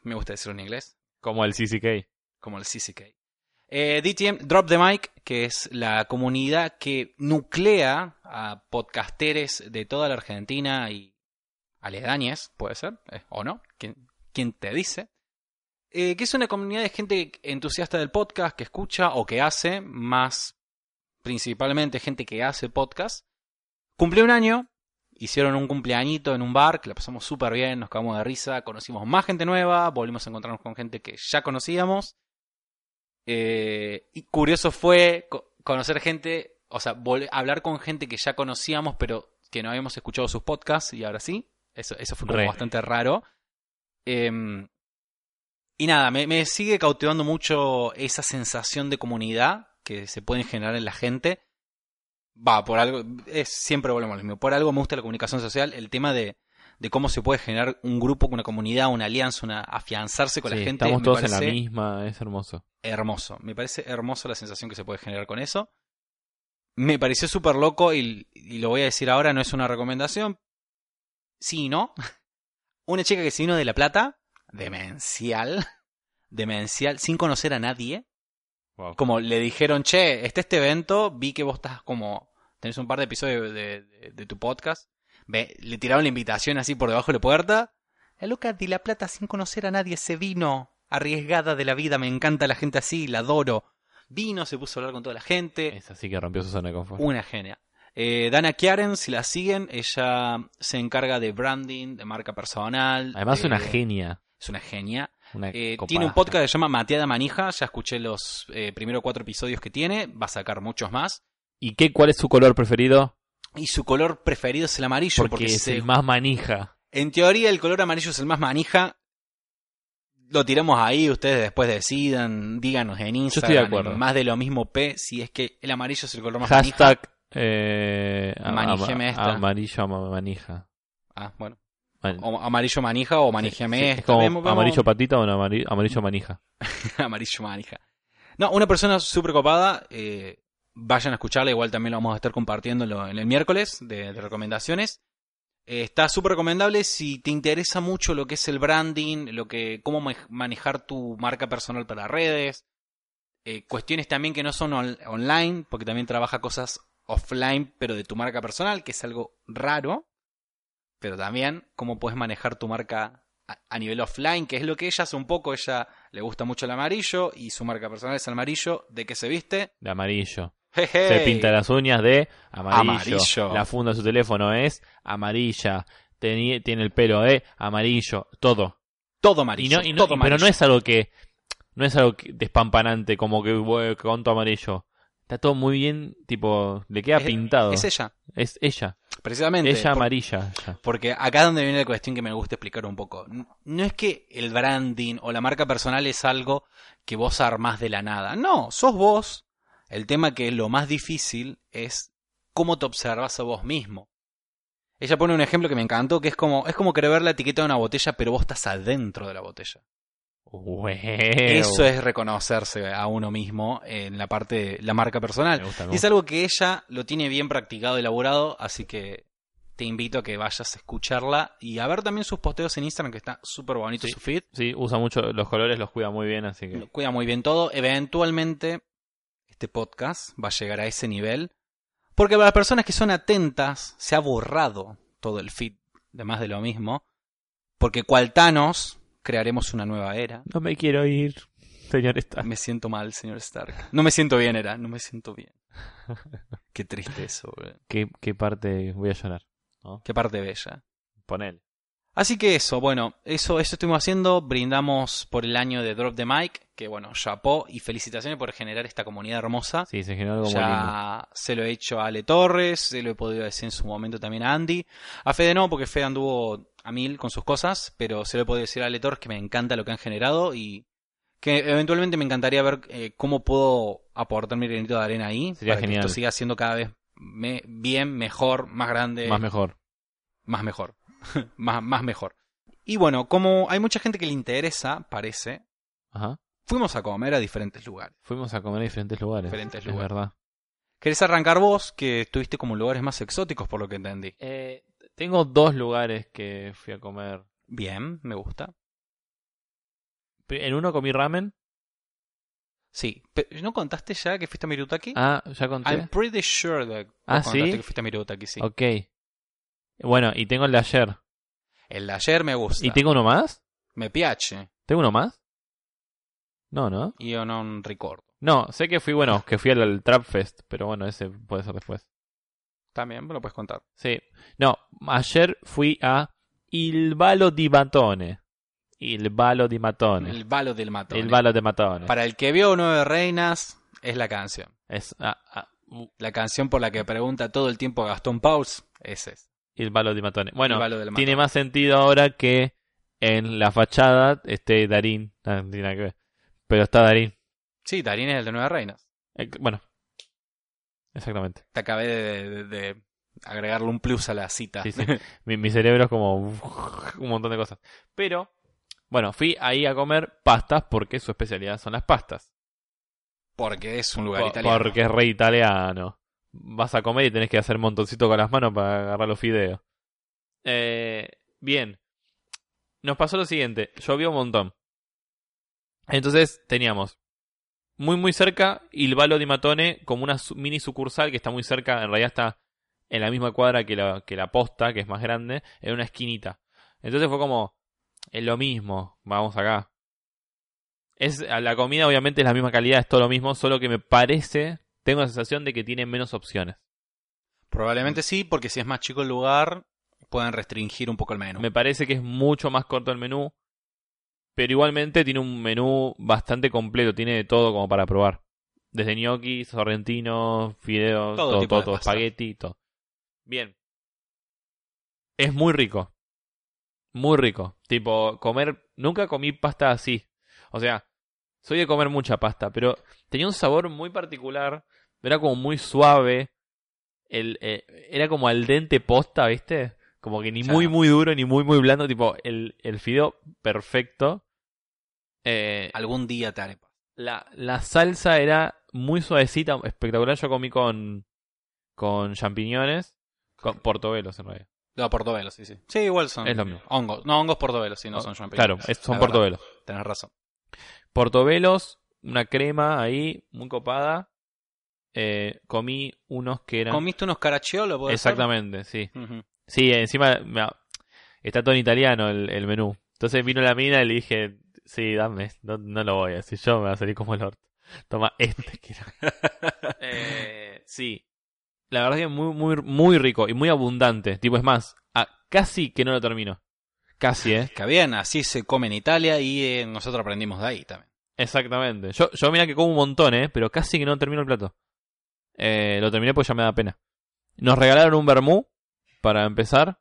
me gusta decirlo en inglés, Como el CCK. como el CCK. Eh, DTM, Drop the Mic, que es la comunidad que nuclea a podcasteres de toda la Argentina y aledañas, puede ser, eh, o no, ¿Quién, quién te dice? eh, que es una comunidad de gente entusiasta del podcast, que escucha o que hace, más principalmente gente que hace podcast. Cumplió un año, hicieron un cumpleañito en un bar, que la pasamos súper bien, nos cagamos de risa, conocimos más gente nueva, volvimos a encontrarnos con gente que ya conocíamos. Eh, y curioso fue co- conocer gente, o sea, vol- hablar con gente que ya conocíamos, pero que no habíamos escuchado sus podcasts, y ahora sí. Eso, eso fue como Re. bastante raro. Em, y nada, me, me sigue cautivando mucho esa sensación de comunidad que se puede generar en la gente. Va, por algo, es, siempre volvemos a lo mismo. Por algo me gusta la comunicación social, el tema de, de cómo se puede generar un grupo, una comunidad, una alianza, una afianzarse con Sí, la gente. estamos me todos en la parece misma, es hermoso. hermoso. Me parece hermoso la sensación que se puede generar con eso. Me pareció súper loco y, y lo voy a decir ahora, no es una recomendación. Sí y no. Una chica que se vino de La Plata, demencial, demencial, sin conocer a nadie. Wow. Como le dijeron, che, está este evento, vi que vos estás como, tenés un par de episodios de, de- de tu podcast. Ve, le tiraron la invitación así por debajo de la puerta. La loca de La Plata sin conocer a nadie se vino, arriesgada de la vida, me encanta la gente así, la adoro. Vino, se puso a hablar con toda la gente. Es así que rompió su zona de confort. Una genia. Eh, Dana Kiaren, si la siguen, ella se encarga de branding, de marca personal. Además, de- una genia. Es una genia. una Eh, copada. tiene un podcast que se llama Mateada Manija. Ya escuché los eh, primeros cuatro episodios que tiene. Va a sacar muchos más. ¿Y qué, cuál es su color preferido? Y su color preferido es el amarillo. Porque, Porque, es se- el más manija. en teoría el color amarillo es el más manija. Lo tiramos ahí. Ustedes después decidan. Díganos en Instagram. estoy de acuerdo. en Más de lo mismo P. Si es que el amarillo es el color más manija. Hashtag eh, am- Maníjeme am- esta. amarillo am- manija. Ah, bueno. Man- O amarillo manija o maníjeme. Sí, es esto. como Vemos- vemos- amarillo patita o no, amari- amarillo manija. amarillo manija. No, una persona súper copada. eh, vayan a escucharla, igual también lo vamos a estar compartiendo en lo- en el miércoles de, de recomendaciones. Eh, está súper recomendable si te interesa mucho lo que es el branding, lo que cómo ma- manejar tu marca personal para redes. eh, cuestiones también que no son on- online, porque también trabaja cosas offline, pero de tu marca personal, que es algo raro. Pero también cómo puedes manejar tu marca a, a nivel offline, que es lo que ella hace un poco. Ella le gusta mucho el amarillo y su marca personal es el amarillo. ¿De qué se viste? De amarillo. Jeje. Se pinta las uñas de amarillo. Amarillo. La funda de su teléfono es amarilla. Teni- tiene el pelo de amarillo. Todo. Todo Y amarillo. no, y no- todo pero amarillo. no es algo que no es algo que- despampanante como que "Bue, conto amarillo. Está todo muy bien, tipo, le queda Es- pintado. Es ella, Es ella, precisamente. ella Por- amarilla. ya. Porque acá es donde viene la cuestión que me gusta explicar un poco. N- No es que el branding o la marca personal es algo que vos armás de la nada. No, sos vos. El tema que lo más difícil es cómo te observas a vos mismo. Ella pone un ejemplo que me encantó, que es como, es como querer ver la etiqueta de una botella, pero vos estás adentro de la botella. Eso es reconocerse a uno mismo en la parte de la marca personal. Me gusta, me Y es gusta. algo que ella lo tiene bien practicado, elaborado, así que te invito a que vayas a escucharla y a ver también sus posteos en Instagram, que está súper bonito Sí. su feed. Sí, usa mucho los colores, los cuida muy bien, así Lo que cuida muy bien todo. Eventualmente, este podcast va a llegar a ese nivel. Porque para las personas que son atentas, se ha borrado todo el feed de más de lo mismo. Porque cual Thanos, crearemos una nueva era. no me quiero ir, señor Stark. Me siento mal, señor Stark. No me siento bien, era. No me siento bien. Qué triste eso, boludo. ¿Qué, qué parte voy a llorar? Qué parte bella. Ponele. Así que eso, bueno, eso, eso estuvimos haciendo. Brindamos por el año de Drop the Mic, que bueno, chapó y felicitaciones por generar esta comunidad hermosa. Sí, se generó algo muy lindo. ya se lo he hecho a Ale Torres, se lo he podido decir en su momento también a Andy. A Fede no, porque Fede anduvo a mil con sus cosas, pero se lo he podido decir a Ale Torres que me encanta lo que han generado y que eventualmente me encantaría ver eh, cómo puedo aportar mi granito de arena ahí Sería para genial. que esto siga siendo cada vez me- bien, mejor, más grande, Más mejor. más mejor. más, más mejor. Y bueno, como hay mucha gente que le interesa, parece, Ajá. fuimos a comer a diferentes lugares. Fuimos a comer a diferentes lugares. Diferentes Es lugares. verdad. ¿Querés arrancar vos, que estuviste como en lugares más exóticos, por lo que entendí? Eh, tengo dos lugares que fui a comer. Bien, me gusta. Pri- En uno comí ramen. Sí, pero ¿no contaste ya que fuiste a Mirutaki? Ah, ya conté. I'm pretty sure that Ah, vos contaste ¿sí? que fuiste a Mirutaki, sí. Ok. Bueno, y tengo el de ayer. El de ayer me gusta. ¿Y tengo uno más? Me piache. ¿Tengo uno más? No, ¿no? Y yo no recuerdo. No, sé que fui, bueno, que fui al, al Trap Fest, pero bueno, ese puede ser después. También me lo puedes contar. Sí. No, ayer fui a Il Ballo di Matone. Il Ballo di Matone. El balo del matón. Il Ballo di Matone. Para el que vio Nueve Reinas, es la canción. Es, ah, ah, uh, La canción por la que pregunta todo el tiempo Gastón Pauls, ese es. Il Ballo di Matone. Bueno, el balo del matón. tiene más sentido ahora que en la fachada esté Darín. Ah, no tiene nada que ver. Pero está Darín. Sí, Darín es el de Nueve Reinas. Eh, bueno. Exactamente. Te acabé de, de- de agregarle un plus a la cita. Sí, sí. mi, mi cerebro es como un montón de cosas. Pero, bueno, fui ahí a comer pastas porque su especialidad son las pastas. Porque es un lugar Po- italiano. Porque es re italiano. Vas a comer y tenés que hacer montoncito con las manos para agarrar los fideos. Eh, bien. Nos pasó lo siguiente. Llovió un montón. Entonces teníamos muy muy cerca Il Ballo di Matone como una su- mini sucursal que está muy cerca. En realidad está en la misma cuadra que la, que la posta, que es más grande, en una esquinita. Entonces fue como, es lo mismo, vamos acá. Es, a la comida obviamente es la misma calidad, es todo lo mismo, solo que me parece, tengo la sensación de que tienen menos opciones. Probablemente sí, porque si es más chico el lugar, pueden restringir un poco el menú. Me parece que es mucho más corto el menú, pero igualmente tiene un menú bastante completo, tiene de todo como para probar. Desde gnocchi, sorrentino, Todo fideos, todo, todo, tipo de todo, pasta. espagueti, todo. Bien. Es muy rico. Muy rico. Tipo, comer. Nunca comí pasta así. O sea, soy de comer mucha pasta, pero tenía un sabor muy particular. Era como muy suave. El, eh, era como al dente posta, ¿viste? Como que ni Ya. muy, muy duro, ni muy, muy blando. Tipo, el, el fideo perfecto. Eh, Algún día te haré. la, la salsa era muy suavecita, espectacular. Yo comí con, con champiñones, con portobelos en realidad. No, portobello, sí, sí. Sí, igual son. Es lo mismo. Hongos. No, hongos portobello, sí, no son champiñones. Claro, es- son La verdad, portobelos. Tenés razón. Portobelos, una crema ahí, muy copada. Eh, comí unos que eran... ¿Comiste unos caracciolo? puede ser? Exactamente, sí. Ujú. Sí, encima me- está todo en italiano el, el menú. Entonces vino la mina y le dije, sí, dame, no, no lo voy a decir yo, me va a salir como el orto. Toma este, quiero. Eh, sí. La verdad que muy, muy, muy rico y muy abundante. Tipo, es más, a- casi que no lo termino. Casi, ¿eh? Que bien, así se come en Italia y eh, nosotros aprendimos de ahí también. Exactamente. Yo, yo mira que como un montón, ¿eh? Pero casi que no termino el plato. Eh, lo terminé porque ya me da pena. Nos regalaron un vermú para empezar.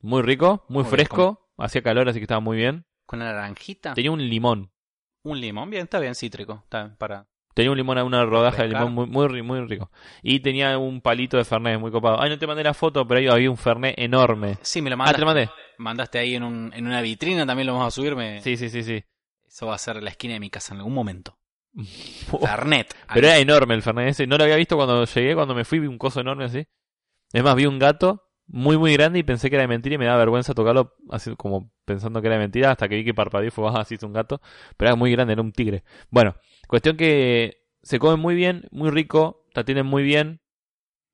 Muy rico, Muy muy, bien, fresco. Hacía calor, así que estaba muy bien. Con una naranjita, Tenía un limón. un limón, bien, está bien cítrico. Está bien, para. Tenía un limón, una rodaja de Refrescar. limón muy, muy, ri- muy rico. Y tenía un palito de Fernet muy copado. Ay, no te mandé la foto, pero ahí había un Fernet enorme. Sí, me lo Ah, mandaste. te lo mandé. mandaste ahí en, un- en una vitrina, también lo vamos a subirme. Sí, sí, sí, sí. Eso va a ser la esquina de mi casa en algún momento. Fernet. Pero era enorme el Fernet ese. No lo había visto cuando llegué, cuando me fui, vi un coso enorme así. Es más, vi un gato muy, muy grande y pensé que era de mentira y me daba vergüenza tocarlo así como pensando que era de mentira hasta que vi que parpadeó y fue, ah, sí, es un gato. Pero era muy grande, era un tigre. Bueno, cuestión que se come muy bien, muy rico, te atienden muy bien.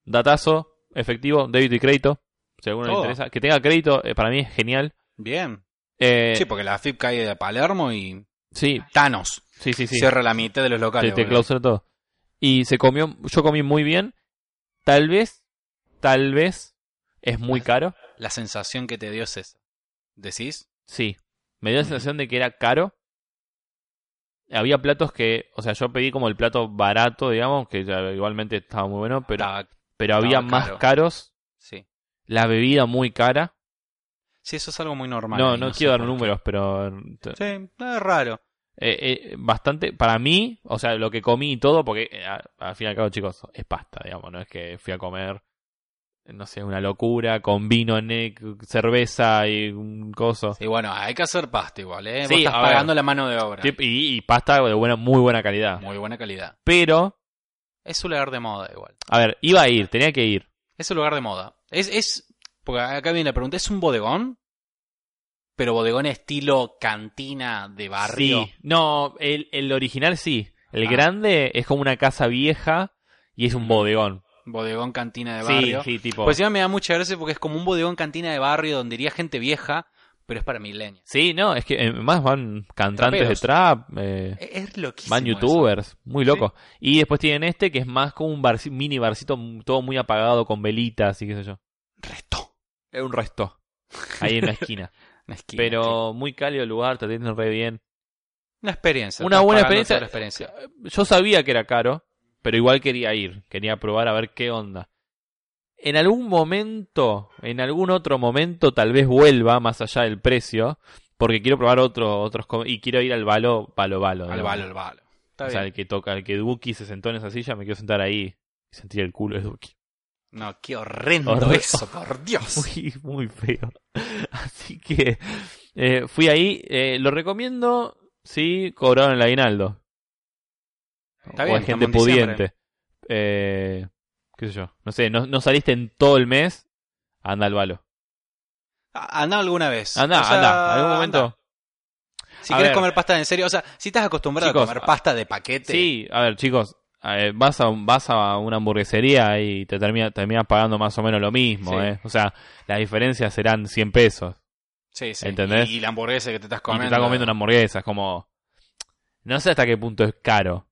Datazo, efectivo, débito y crédito. Si a alguno le Todo. interesa. Que tenga crédito, eh, para mí es genial. Bien. Eh, sí, pues. porque la FIP cae de Palermo y sí, Thanos sí, sí, sí. cierra la mitad de los te, locales. te boludo. clausura todo. Y se comió, yo comí muy bien. Tal vez, tal vez es muy Ah. caro. La sensación que te dio es esa. ¿Decís? Sí, me dio la sensación de que era caro. Había platos que, o sea, yo pedí como el plato barato, digamos, que ya igualmente estaba muy bueno, pero, Estaba- pero había Ah, estaba más caro. caros. sí. La bebida muy cara. Sí, eso es algo muy normal. No, ahí, no sé quiero dar por qué. números, pero Sí, no es raro. Eh, eh, bastante, para mí, o sea, lo que comí y todo, porque eh, a- al fin y al cabo, chicos, es pasta, digamos, no es que fui a comer, no sé, una locura, con vino, ne- cerveza y un coso. Y bueno, hay que hacer pasta igual, ¿eh? Vos Sí, estás a ver. pagando la mano de obra. Tip- Y, y pasta de buena, muy buena calidad. Muy buena calidad. Pero, Es un lugar de moda igual. a ver, iba a ir, tenía que ir. Es un lugar de moda. Es, es, porque acá viene la pregunta, ¿es un bodegón? Pero bodegón estilo cantina de barrio. Sí. No, el, el original sí. El Ah. grande es como una casa vieja y es un bodegón. Bodegón cantina de Sí, barrio. sí, tipo. Pues encima me da mucha gracia porque es como un bodegón cantina de barrio donde iría gente vieja, pero es para millennials. Sí, no, es que eh, más van cantantes de Traperos. trap, eh, Es- E, Es loquísimo. van eso. youtubers, muy loco. Y después tienen este que es más como un barci- mini barcito, m- todo muy apagado con velitas y qué sé yo. Resto. Es un resto. Ahí en la esquina. Una esquina, sí. Pero muy cálido el lugar, te atienden re bien. Una experiencia. Una estás buena pagando experiencia. toda la experiencia. Yo sabía que era caro, pero igual quería ir, quería probar a ver qué onda. En algún momento, en algún otro momento, tal vez vuelva más allá del precio, porque quiero probar otro, otros com- y quiero ir al balo, balo, balo. Al ¿no? balo, al balo. Está o sea, bien. el que toca, el que Duki se sentó en esa silla, me quiero sentar ahí y sentir el culo de Duki. No, qué horrendo Horror- eso, por Dios. Muy, muy feo. Así que eh, fui ahí. eh, lo recomiendo si cobraron el aguinaldo. Está o bien, hay gente estamos en diciembre. pudiente. Eh, ¿Qué sé yo? No sé, no, no saliste en todo el mes. Anda al balo. A- Andá alguna vez. Anda, O sea, anda. ¿Algún momento? andá. Si A quieres ver. comer pasta en serio, o sea, si estás acostumbrado Chicos, a comer a- pasta de paquete, Sí, a ver, chicos. a ver, vas, a, un- vas a una hamburguesería y te termina- terminas pagando más o menos lo mismo. Sí. eh. O sea, las diferencias serán 100 pesos. sí, sí. ¿entendés? Y, y la hamburguesa que te estás y te comiendo. está comiendo una hamburguesa. Es como. No sé hasta qué punto es caro.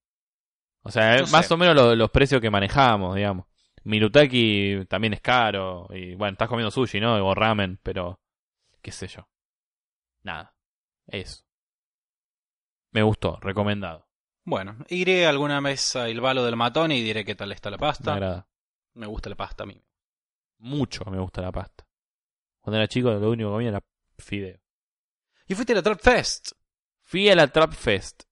O sea, No es más sé. o menos lo- los precios que manejamos, digamos. Mirutaki también es caro. Y bueno, estás comiendo sushi, ¿no? O ramen, pero. ¿Qué sé yo? Nada. Eso. Me gustó, recomendado. Bueno, iré alguna vez a Ilvalo del Matón y diré qué tal está la Me pasta. agrada. Me gusta la pasta a mí. Mucho me gusta la pasta. Cuando era chico, lo único que comía era fideo. Y fuiste a la Trap Fest. Fui a la Trap Fest.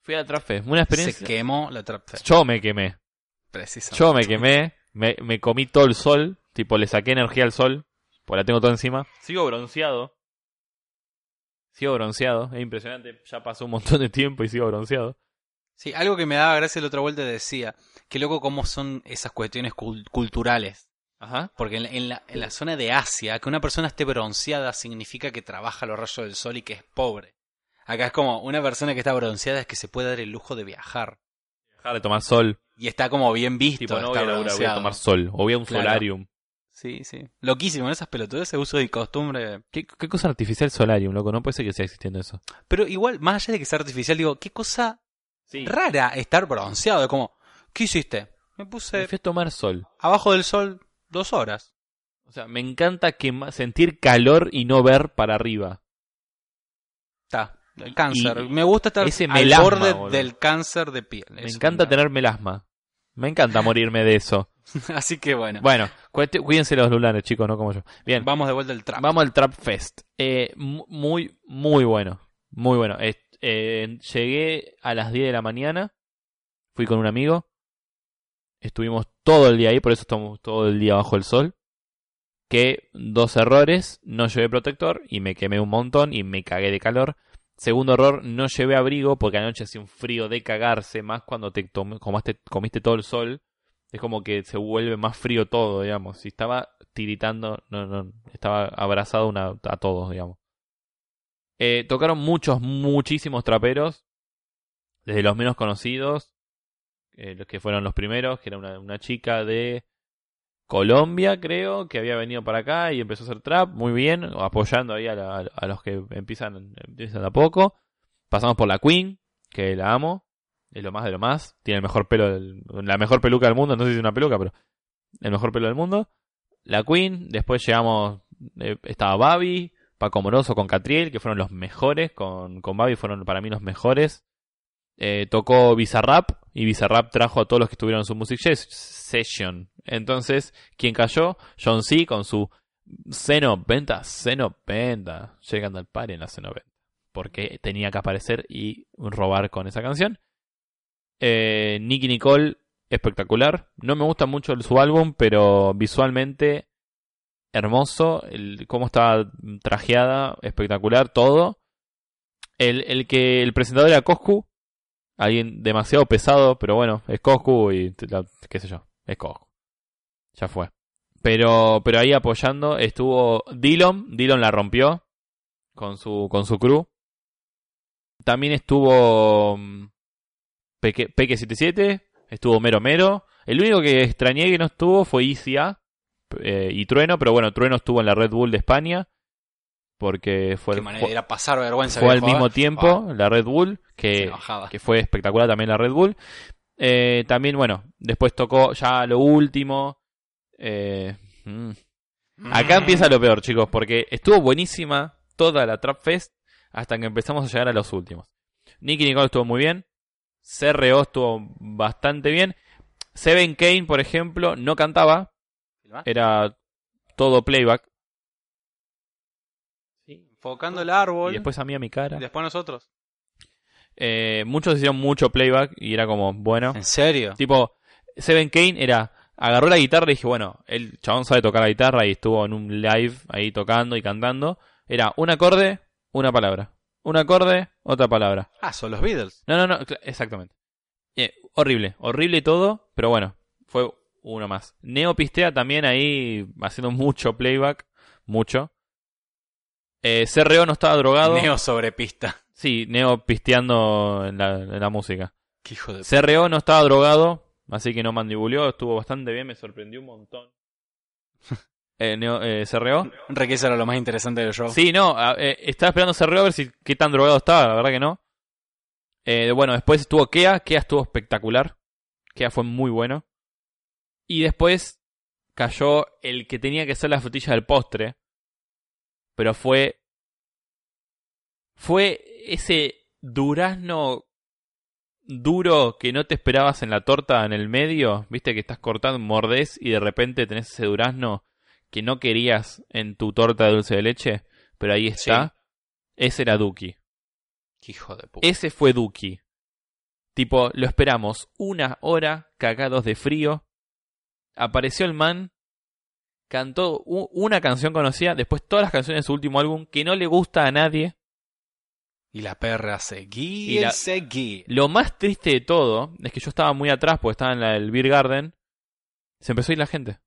Fui a la Trap Fest. Una Se experiencia. quemó la Trap Fest. Yo me quemé. Precisamente. Yo me quemé, me, me comí todo el sol, tipo le saqué energía al sol, pues la tengo toda encima. Sigo bronceado. Sigo bronceado, es impresionante, ya pasó un montón de tiempo y sigo bronceado. Sí, algo que me daba gracia la otra vuelta decía, que loco cómo son esas cuestiones cul- culturales. Ajá. Porque en la, en la- en la zona de Asia, que una persona esté bronceada significa que trabaja a los rayos del sol y que es pobre. Acá es como una persona que está bronceada es que se puede dar el lujo de viajar. Dejar de tomar sol, Y está como bien visto. tipo no voy estar a laburar, voy a bronceado. tomar sol, o voy a un Claro. solarium. Sí, sí. Loquísimo, ¿no? esas pelotudas, ese uso de costumbre. ¿Qué, qué cosa artificial solarium, loco? No puede ser que siga existiendo eso. Pero igual, más allá de que sea artificial, digo, qué cosa Sí. rara estar bronceado. Es como, ¿qué hiciste? Me Me puse fui a tomar sol. abajo del sol dos horas. O sea, me encanta quema- sentir calor y no ver para arriba. Está. El cáncer. y me gusta estar ese al melasma, borde boludo. del cáncer de piel. Me Es encanta una- tener melasma. Me encanta morirme de eso. Así que bueno, Bueno, cuente- cuídense los lunares, chicos, no como yo. Bien, vamos de vuelta al trap. vamos al Trap Fest. Eh, mu- muy, muy bueno. Muy bueno. Es- eh, llegué a las 10 de la mañana. Fui con un amigo. Estuvimos todo el día ahí, por eso estamos todo el día bajo el sol. Que dos errores, no llevé protector y me quemé un montón y me cagué de calor. Segundo error, no llevé abrigo porque anoche hacía un frío de cagarse, más cuando te tom- comaste- comiste todo el sol. Es como que se vuelve más frío todo, digamos. Si estaba tiritando, no, no, estaba abrazado una, a todos, digamos. Eh, tocaron muchos, muchísimos traperos, desde los menos conocidos, eh, los que fueron los primeros, que era una, una chica de Colombia, creo, que había venido para acá y empezó a hacer trap, muy bien, apoyando ahí a, la- a los que empiezan, empiezan de a poco. Pasamos por la Queen, que la amo, es lo más de lo más. Tiene el mejor pelo, del- la mejor peluca del mundo. No sé si es una peluca, pero el mejor pelo del mundo. La Queen. Después llegamos, eh, estaba Babi, Paco Moroso con Catriel, que fueron los mejores. Con, con Babi fueron para mí los mejores. Eh, tocó Bizarrap y Bizarrap trajo a todos los que estuvieron en su Music Ses- Session. Entonces, ¿quién cayó? John C. con su Seno Venta, Seno Venta. Llegando al par en la Seno Venta. Porque tenía que aparecer y robar con esa canción. Eh, Nicky Nicole, espectacular. No me gusta mucho el- su álbum, pero visualmente hermoso. El, cómo está trajeada, espectacular todo. El, el que el presentador era Coscu, alguien demasiado pesado, pero bueno, es Coscu y te- la- qué sé yo, es Coscu. Ya fue. Pero, pero ahí apoyando estuvo Dillon, Dillon la rompió con su, con su crew. También estuvo mm, Peque, Peque 77, estuvo Mero Mero. El único que extrañé que no estuvo fue ICA eh, y Trueno, pero bueno, Trueno estuvo en la Red Bull de España. porque fue, Qué el- manera era pasar vergüenza. fue al viejo, mismo ¿eh? tiempo la Red Bull, Se que, enojaba. que fue espectacular también la Red Bull. Eh, también, bueno, después tocó ya lo último. Eh, mm. Mm. Acá empieza lo peor, chicos, porque estuvo buenísima toda la Trap Fest hasta que empezamos a llegar a los últimos. Nicky Nicole estuvo muy bien, CRO estuvo bastante bien. Seven Kane, por ejemplo, no cantaba, era todo playback. Enfocando el árbol. Y después a mí a mi cara. después nosotros. Eh, muchos hicieron mucho playback y era como, bueno. ¿En serio? Tipo, Seven Kane era. Agarró la guitarra y dije, bueno, el chabón sabe tocar la guitarra y estuvo en un live ahí tocando y cantando. Era un acorde, una palabra. Un acorde, otra palabra. Ah, son los Beatles. No, no, no, cla- exactamente. Eh, horrible, horrible todo, pero bueno, fue uno más. Neo Pistea también ahí haciendo mucho playback, mucho. Eh, CRO no estaba drogado. Neo sobre pista. Sí, Neo pisteando en la, en la música. Qué hijo de... CRO no estaba drogado, así que no mandibuleó, estuvo bastante bien, me sorprendió un montón. Eh, Neo, eh, CRO. Enrique, eso era lo más interesante del show. Sí, no, a- eh, estaba esperando CRO a ver si qué tan drogado estaba, la verdad que no. Eh, bueno, después estuvo Kea, Kea estuvo espectacular. Kea fue muy bueno. Y después cayó el que tenía que ser la frutilla del postre. Pero fue. Fue ese durazno duro que no te esperabas en la torta en el medio. Viste que estás cortando, mordés y de repente tenés ese durazno que no querías en tu torta de dulce de leche. Pero ahí está. Ese era Duki. Qué hijo de puta. Ese fue Duki. Tipo, lo esperamos una hora, cagados de frío. Apareció el man, cantó u- una canción conocida, después todas las canciones de su último álbum que no le gusta a nadie. Y la perra seguía Y y, la- seguía. Lo más triste de todo es que yo estaba muy atrás porque estaba en la del Beer Garden. Se empezó a ir la gente.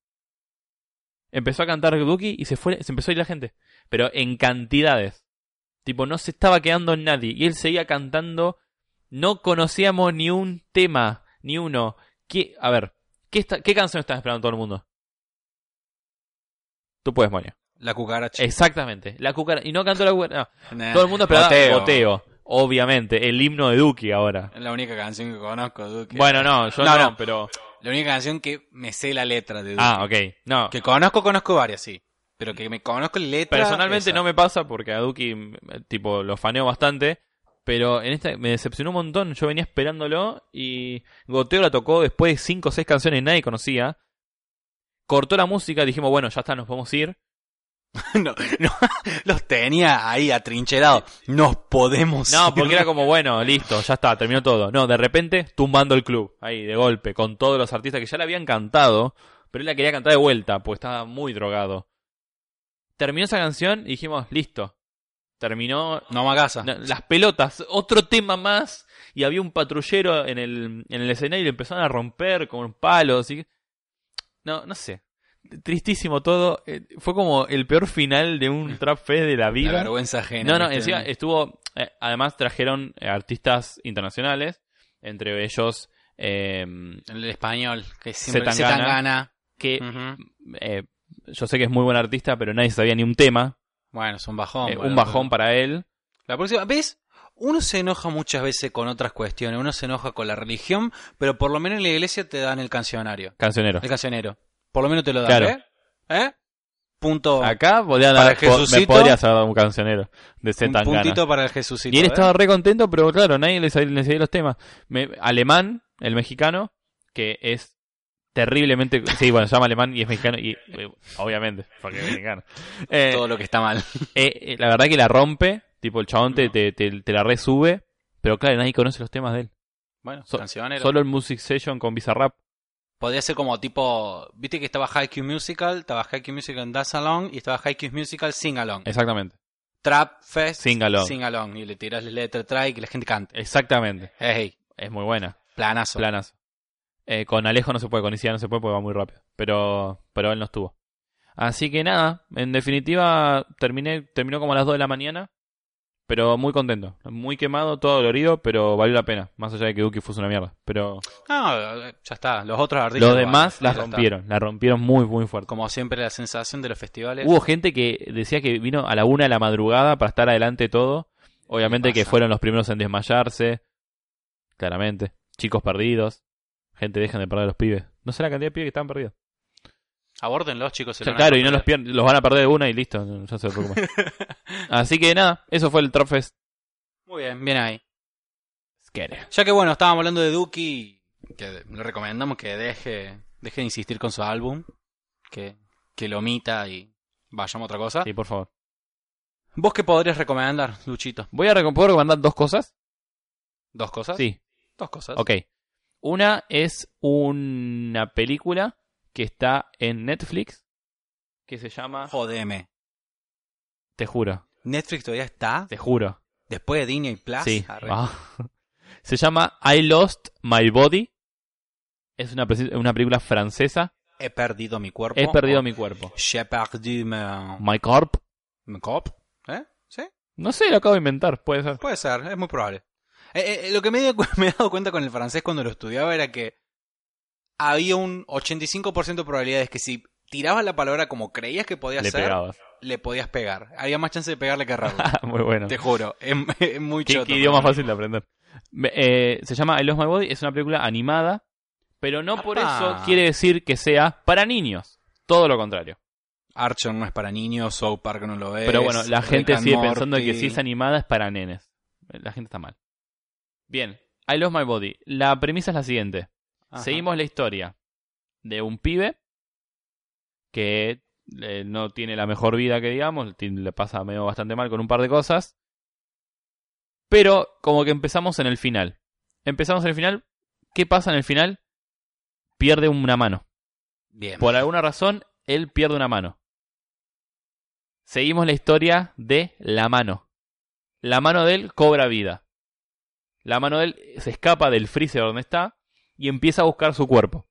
Empezó a cantar Duki y se fue, se empezó a ir la gente. Pero en cantidades. Tipo, no se estaba quedando nadie. Y él seguía cantando. No conocíamos ni un tema, ni uno. ¿Qué, a ver, ¿qué, está- qué canción estaba esperando todo el mundo? Tú puedes, Monia. La cucaracha. Exactamente. La cucara. Y no cantó la cucara. no. Nah, Todo el mundo esperaba Ah, boteo. boteo. Obviamente. El himno de Duki ahora. Es La única canción que conozco, Duque. Bueno, no, yo no, No, no. pero. La única canción que me sé la letra de Duque. Ah, ok. No. Que conozco, conozco varias, sí. Pero que me conozco la letra. Personalmente esa. no me pasa porque a Duki, m- tipo, lo faneo bastante. Pero en esta me decepcionó un montón. Yo venía esperándolo y Goteo la tocó después de 5 o 6 canciones nadie conocía. Cortó la música, dijimos, bueno, ya está, nos podemos ir. No, no, los tenía ahí atrincherados. Nos podemos. No, ir. porque era como, bueno, listo, ya está, terminó todo. No, de repente, tumbando el club, ahí, de golpe, con todos los artistas que ya le habían cantado, pero él la quería cantar de vuelta, pues estaba muy drogado. Terminó esa canción y dijimos, listo. Terminó No me casa. na- las pelotas, otro tema más, y había un patrullero en el, en el escenario y lo empezaron a romper con palos. Y... No, no sé. Tristísimo todo. eh, Fue como el peor final de un Trap Fest de la La vida. vergüenza ajena. No, no, ¿viste? encima estuvo. eh, además trajeron eh, artistas internacionales, entre ellos eh, El español. Que siempre se Zetangana. tan gana. que eh, yo sé que es muy buen artista, pero nadie sabía ni un tema, Bueno, es un bajón. eh, un boludo. bajón para él. La próxima, ¿ves? Uno se enoja muchas veces con otras cuestiones, uno se enoja con la religión, pero por lo menos en la iglesia te dan el cancionario, Cancionero. el cancionero. Por lo menos te lo dan, Claro. Ah, ¿eh? ¿Eh? Punto. Acá podría Para dar, po- me Jesucito. podrías haber dado un cancionero de un Zetangana. puntito para el Jesucito. Y él ¿eh? estaba re contento, pero claro, nadie le sabía, le sabía los temas. Me- alemán, el mexicano, que es terriblemente. Sí, bueno, se llama alemán y es mexicano, y eh, obviamente, porque es mexicano. Eh, Todo lo que está mal. Eh, eh, la verdad que la rompe, tipo el chabón te, te, te- te la resube, pero claro, nadie conoce los temas de él. Bueno, So- cancionero. Solo el Music Session con Bizarrap. Podría ser como tipo, viste que estaba High Q Musical, estaba High Q Musical en Dance Along y estaba High Q Musical Sing Along. Exactamente. Trap Fest Sing Along. Sing Along. Y le tiras la letra track y que la gente cante. Exactamente. Hey, Es muy buena. planazo. Planas. Eh, con Alejo no se puede, con Isia no se puede porque va muy rápido. Pero, pero él no estuvo. Así que nada, en definitiva terminé, terminó como a las 2 de la mañana. Pero muy contento. Muy quemado, todo dolorido, pero valió la pena. Más allá de que Duki fuese una mierda. Pero Ah, ya está. Los otros artistas. los bueno, demás la ya está. rompieron. La rompieron muy, muy fuerte. Como siempre, la sensación de los festivales. Hubo gente que decía que vino a la una de la madrugada para estar adelante de todo. Obviamente ¿Qué que pasa? fueron los primeros en desmayarse. Claramente. Chicos perdidos. Gente, dejen de perder a los pibes. No sé la cantidad de pibes que están perdidos. Abórdenlos, chicos. se O sea, lo van a claro, y no los perder. pierden, los van a perder de una y listo. no- ya se preocupen. Así que nada, eso fue el Trofest. Muy bien, bien ahí. Ya que bueno, estábamos hablando de Duki, que le recomendamos que deje, deje de insistir con su álbum, que, que lo omita y vayamos a otra cosa. Sí, por favor. ¿Vos qué podrías recomendar, Luchito? Voy a recom- ¿puedo recomendar dos cosas. ¿Dos cosas? Sí, Dos cosas. ok. Una es una película que está en Netflix que se llama... Jodeme. Te juro, ¿Netflix todavía está? te juro. Después de Disney Plus. Sí. Arre. Ah. Se llama I Lost My Body. Es una, presi- una película francesa. He perdido mi cuerpo. He perdido mi cuerpo. J'ai perdu mon- My Corp. mon corps. ¿Eh? ¿Sí? No sé, lo acabo de inventar, puede ser. Puede ser, es muy probable. Eh, eh, lo que me, di cu- me he dado cuenta con el francés cuando lo estudiaba era que había un 85% de probabilidades que si tirabas la palabra como creías que podías Le ser, pegabas. le podías pegar. Había más chance de pegarle que errarle. Muy bueno. Te juro, es, es muy Qué, choto. qué idioma fácil de aprender. Me- eh, se llama I Lost My Body. Es una película animada. Pero no por Apa. eso quiere decir que sea para niños. Todo lo contrario. Archer no es para niños, South Park no lo es. Pero bueno, la Rick gente and sigue pensando Morty. que si es animada es para nenes. La gente está mal. Bien, I Lost My Body. La premisa es la siguiente. Ajá. Seguimos la historia de un pibe que eh, no tiene la mejor vida que digamos, ti- le pasa medio bastante mal con un par de cosas. Pero como que empezamos en el final. Empezamos en el final. ¿Qué pasa en el final? Pierde una mano. Bien. Por alguna razón, él pierde una mano. Seguimos la historia de la mano. La mano de él cobra vida. La mano de él se escapa del freezer donde está y empieza a buscar su cuerpo.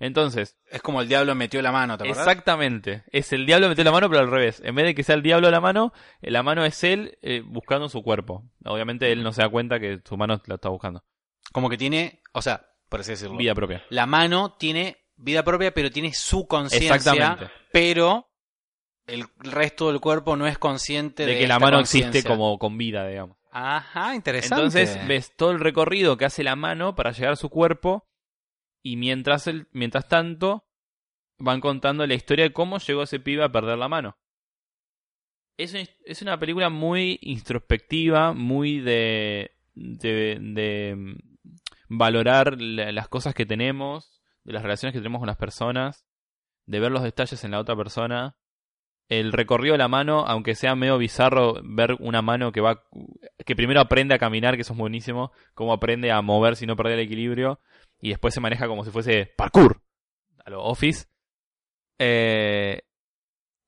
Entonces, Es como el diablo metió la mano, ¿te acordás? exactamente, es el diablo metió la mano pero al revés. En vez de que sea el diablo la mano, eh, la mano es él eh, buscando su cuerpo. Obviamente él no se da cuenta que su mano la está buscando. Como que tiene, o sea, por así decirlo. Vida propia. La mano tiene vida propia, pero tiene su conciencia. Exactamente. pero el resto del cuerpo no es consciente De, de, que la esta mano existe conciencia. como con vida, digamos. Ajá, interesante. Entonces ves todo el recorrido que hace la mano para llegar a su cuerpo y mientras, el, mientras tanto van contando la historia de cómo llegó ese pibe a perder la mano. Es, un- es una película muy introspectiva, muy de, de, de, mm, valorar la- las cosas que tenemos, de las relaciones que tenemos con las personas, de ver los detalles en la otra persona. El recorrido de la mano, aunque sea medio bizarro ver una mano que va que primero aprende a caminar, que eso es buenísimo, cómo aprende a moverse y no perder el equilibrio, y después se maneja como si fuese parkour a lo office, Eh,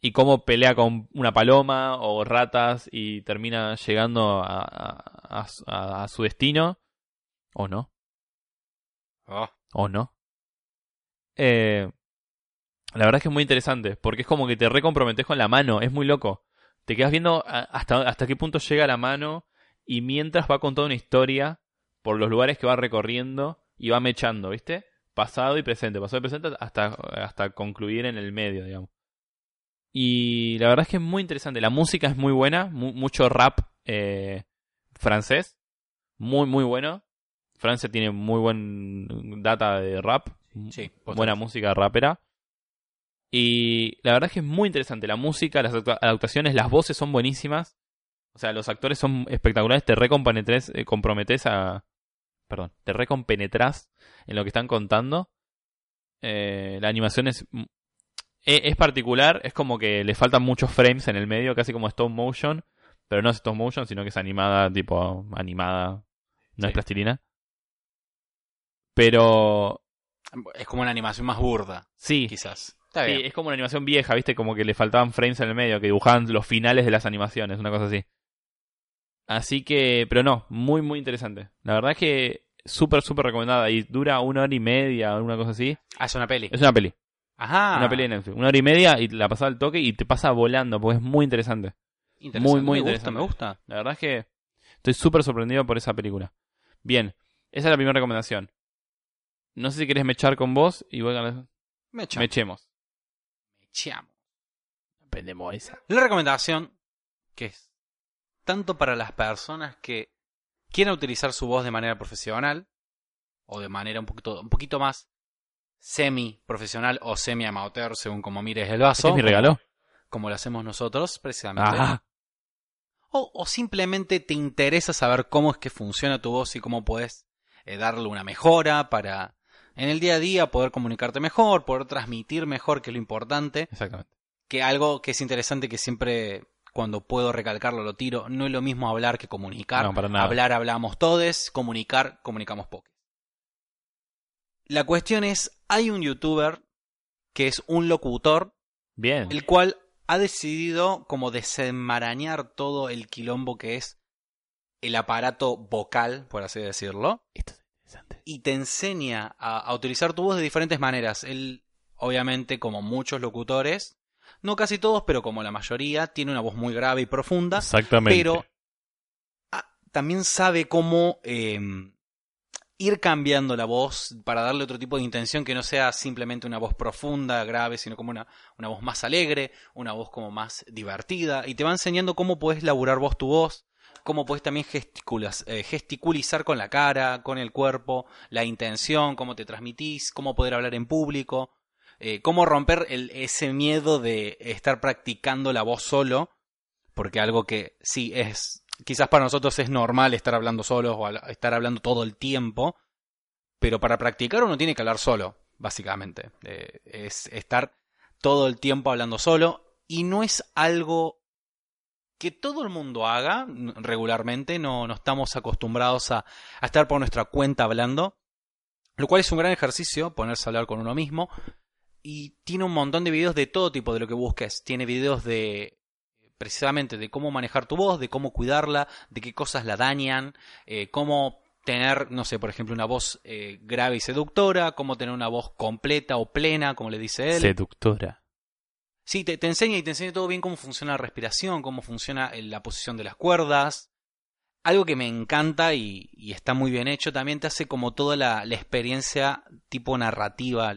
y cómo pelea con una paloma o ratas y termina llegando a, a- a su- a- a su destino, o no, Oh, o no. Eh, la verdad es que es muy interesante, porque es como que te recomprometes con la mano, es muy loco. Te quedas viendo a- hasta, hasta qué punto llega la mano y mientras va contando una historia por los lugares que va recorriendo y va mechando, ¿viste? Pasado y presente, pasado y presente hasta, hasta concluir en el medio, digamos. Y la verdad es que es muy interesante. La música es muy buena, mu- mucho rap eh, francés, muy, muy bueno. Francia tiene muy buen data de rap, sí, potente. buena música rapera. Y la verdad es que es muy interesante. La música, las actua- actuaciones, las voces son buenísimas. O sea, los actores son espectaculares. Te recompenetres, eh, comprometes a. Perdón, te recompenetras en lo que están contando. Eh, la animación es, m- e- es. particular, es como que le faltan muchos frames en el medio, casi como stop motion. Pero no es stop motion, sino que es animada, tipo animada. No Sí. es plastilina. Pero. Es como una animación más burda, Sí, quizás. Está Sí, bien. es como una animación vieja, ¿viste? Como que le faltaban frames en el medio, que dibujaban los finales de las animaciones, una cosa así. Así que, pero no, muy, muy interesante. La verdad es que súper, súper recomendada y dura una hora y media, una cosa así. Ah, es una peli. Es una peli, Ajá. Ah. una peli de Netflix. Una hora y media y la pasás al toque y te pasa volando, porque es muy interesante. Interesante. Muy, muy me gusta, interesante. me gusta. La verdad es que estoy súper sorprendido por esa película. Bien, esa es la primera recomendación. No sé si querés mechar con vos y voy a ganar- Me echamos. mechemos. Me echamos. Aprendemos esa. La recomendación, que es tanto para las personas que quieran utilizar su voz de manera profesional, o de manera un poquito, un poquito más semi-profesional o semi-amateur, según como mires el ¿Ese vaso, Este es mi regalo? Ah, como lo hacemos nosotros, precisamente. Ajá. O, o simplemente te interesa saber cómo es que funciona tu voz y cómo puedes eh, darle una mejora para en el día a día poder comunicarte mejor, poder transmitir mejor, que es lo importante. Exactamente. Que algo que es interesante que siempre cuando puedo recalcarlo lo tiro, no es lo mismo hablar que comunicar. No, para nada. Hablar hablamos todos, comunicar comunicamos poco. La cuestión es, hay un youtuber que es un locutor Bien. el cual ha decidido como desenmarañar todo el quilombo que es el aparato vocal, por así decirlo, Esto es interesante. y te enseña a, a utilizar tu voz de diferentes maneras. Él, obviamente, como muchos locutores, no casi todos, pero como la mayoría, tiene una voz muy grave y profunda, Exactamente. pero ah, también sabe cómo eh, ir cambiando la voz para darle otro tipo de intención que no sea simplemente una voz profunda, grave, sino como una, una voz más alegre, una voz como más divertida. Y te va enseñando cómo puedes laburar vos tu voz, cómo puedes también gesticulas- eh, gesticulizar con la cara, con el cuerpo, la intención, cómo te transmitís, cómo poder hablar en público. eh, cómo romper el- ese miedo de estar practicando la voz solo, porque algo que sí es quizás para nosotros es normal estar hablando solos o al- estar hablando todo el tiempo, pero para practicar uno tiene que hablar solo, básicamente. Eh, es estar todo el tiempo hablando solo y no es algo que todo el mundo haga n- regularmente, no, no estamos acostumbrados a, a estar por nuestra cuenta hablando, lo cual es un gran ejercicio, ponerse a hablar con uno mismo. Y tiene un montón de videos de todo tipo de lo que busques. Tiene videos de precisamente de cómo manejar tu voz, de cómo cuidarla, de qué cosas la dañan, eh, cómo tener, no sé, por ejemplo, una voz eh, grave y seductora, cómo tener una voz completa o plena, como le dice él. Seductora. Sí, te, te enseña y te enseña todo bien cómo funciona la respiración, cómo funciona eh, la posición de las cuerdas. Algo que me encanta y, y está muy bien hecho, también te hace como toda la, la experiencia tipo narrativa,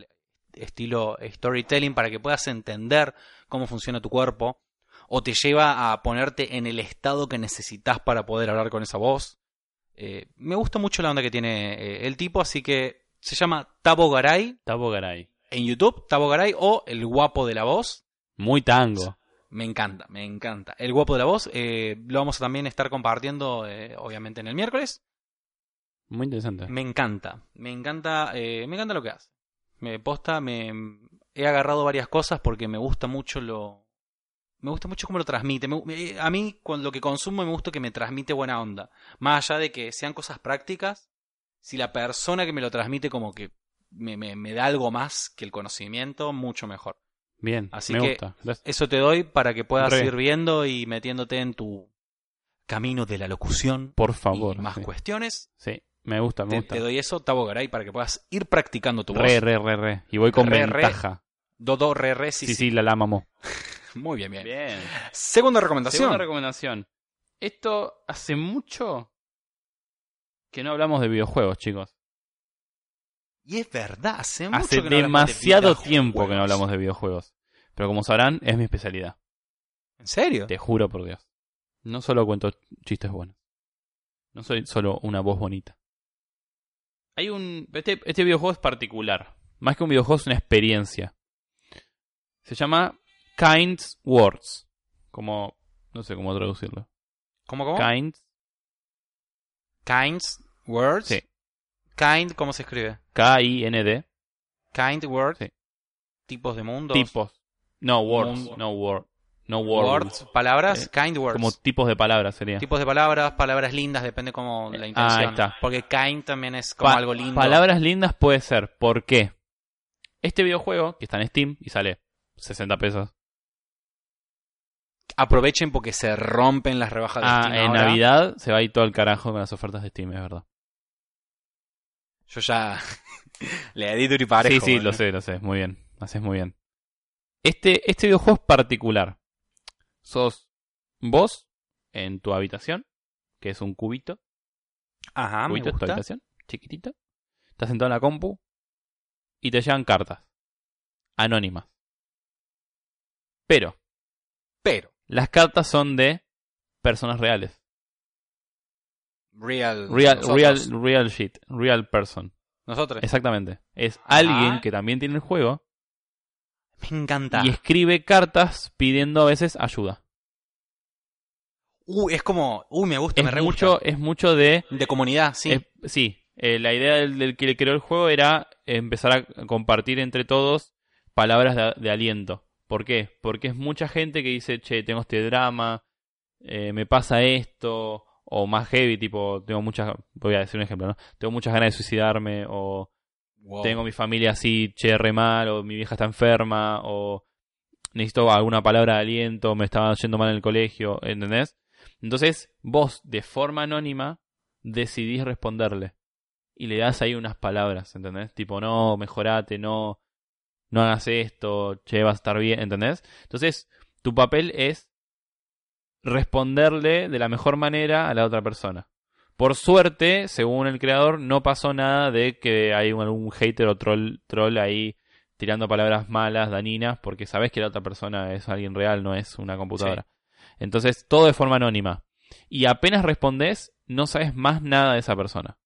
estilo storytelling, para que puedas entender cómo funciona tu cuerpo, o te lleva a ponerte en el estado que necesitas para poder hablar con esa voz. Eh, me gusta mucho la onda que tiene eh, el tipo, así que se llama Tabo Garay Tabo Garay. en YouTube, Tabo Garay o El Guapo de la Voz. Muy tango. Me encanta, me encanta. El guapo de la voz eh, lo vamos a también estar compartiendo, eh, obviamente, en el miércoles. Muy interesante. Me encanta, me encanta, eh, me encanta lo que hace. Me posta, me he agarrado varias cosas porque me gusta mucho lo, me gusta mucho cómo lo transmite. Me- me- a mí con lo que consumo me gusta que me transmite buena onda. Más allá de que sean cosas prácticas, si la persona que me lo transmite como que me, me- me da algo más que el conocimiento, mucho mejor. Bien. Así me que- gusta. Gracias. Eso te doy para que puedas Re. ir viendo y metiéndote en tu camino de la locución Por favor. y más sí. cuestiones. Sí. Me gusta, me Te, gusta. te doy eso, Tabo Garay, para que puedas ir practicando tu Re, voz. re, re, re. Y voy con Re, re. ventaja. Dodo, re, re, sí, Sí, sí, sí. la lamamos. Muy bien, bien. Bien. Segunda recomendación. Segunda recomendación. Esto hace mucho que no hablamos de videojuegos, chicos. y es verdad, hace mucho Hace que no hablamos de demasiado videojuegos. tiempo que no hablamos de videojuegos. Pero como sabrán, es mi especialidad. ¿En serio? Te juro por Dios. No solo cuento chistes buenos. No soy solo una voz bonita. Hay un. Este, este videojuego es particular. Más que un videojuego, es una experiencia. Se llama Kind Words. Como. No sé cómo traducirlo. ¿Cómo, cómo? Kind. Kinds Words. Sí. Kind, ¿cómo se escribe? K-I-N-D. Kind Words. Sí. Tipos de mundos. Tipos. No, words. Mun- No, word. No, words. Words, palabras, Eh, kind words. Como tipos de palabras sería. tipos de palabras, palabras lindas, depende como la Eh, intención. ahí está. Porque kind también es como Pa- algo lindo. Palabras lindas puede ser. ¿Por qué? Este videojuego, que está en Steam y sale 60 pesos. Aprovechen porque se rompen las rebajas de Ah, Steam en ahora. Navidad se va a ir todo el carajo con las ofertas de Steam, es verdad. Yo ya le di duro y parejo. ¿eh? sí, sí, boludo. lo sé, lo sé. Muy bien. Haces muy bien. Este, este videojuego es particular. Sos vos en tu habitación, que es un cubito, Ajá, Ah, me cubito es tu gusta. habitación, chiquitito. Estás sentado en la compu y te llegan cartas anónimas. Pero Pero, las cartas son de personas reales. real. Real, nosotros. real, real shit, real person. Nosotros. Exactamente. Es Ah. alguien que también tiene el juego Me encanta. y escribe cartas pidiendo a veces ayuda. Uh, es como. Uh, me gusta, me Es re mucho, es mucho de. gusta. De comunidad, sí. es- sí. Eh, la idea del, del que le creó el juego era empezar a compartir entre todos palabras de, de aliento. ¿Por qué? Porque es mucha gente que dice, che, tengo este drama, eh, me pasa esto, o más heavy, tipo, tengo muchas, voy a decir un ejemplo, ¿no? Tengo muchas ganas de suicidarme, o Wow. tengo mi familia así, che, re mal, o mi vieja está enferma, o necesito alguna palabra de aliento, me estaba yendo mal en el colegio, ¿entendés? Entonces, vos, de forma anónima, decidís responderle. Y le das ahí unas palabras, ¿entendés? Tipo, no, mejorate, no, no hagas esto, che, vas a estar bien, ¿entendés? Entonces, tu papel es responderle de la mejor manera a la otra persona. Por suerte, según el creador, no pasó nada de que hay un- algún hater o troll, troll ahí tirando palabras malas, daninas, porque sabes que la otra persona es alguien real, no es una computadora. Entonces, todo de forma anónima. Y apenas respondes, no sabes más nada de esa persona.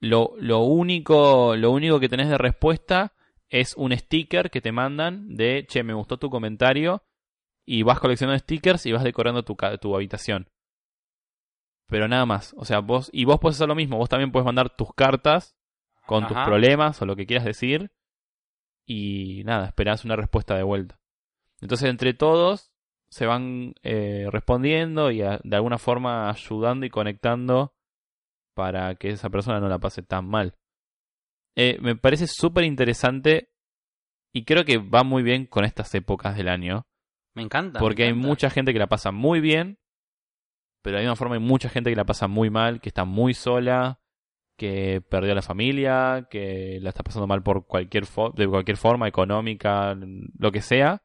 Lo, lo único, lo único que tenés de respuesta es un sticker que te mandan de, che, me gustó tu comentario, y vas coleccionando stickers y vas decorando tu, ca- tu habitación pero nada más. O sea, vos y vos puedes hacer lo mismo. Vos también puedes mandar tus cartas con tus Ajá. problemas o lo que quieras decir y nada, esperás una respuesta de vuelta. Entonces, entre todos se van eh, respondiendo y a- de alguna forma ayudando y conectando para que esa persona no la pase tan mal. Eh, me parece súper interesante y creo que va muy bien con estas épocas del año. Me encanta. Porque me hay encanta. mucha gente que la pasa muy bien, pero de la misma forma hay mucha gente que la pasa muy mal, que está muy sola, que perdió a la familia, que la está pasando mal por cualquier fo- de cualquier forma, económica, lo que sea.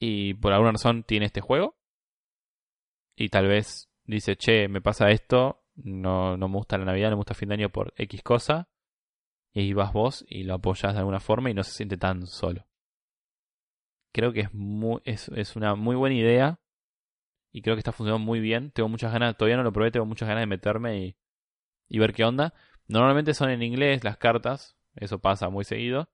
Y por alguna razón tiene este juego. Y tal vez dice, che, me pasa esto, no, no me gusta la Navidad, no me gusta el fin de año por X cosa. Y ahí vas vos y lo apoyas de alguna forma y no se siente tan solo creo que es, muy, es, es una muy buena idea y creo que está funcionando muy bien. Tengo muchas ganas, todavía no lo probé, tengo muchas ganas de meterme y, y ver qué onda. Normalmente son en inglés las cartas, eso pasa muy seguido.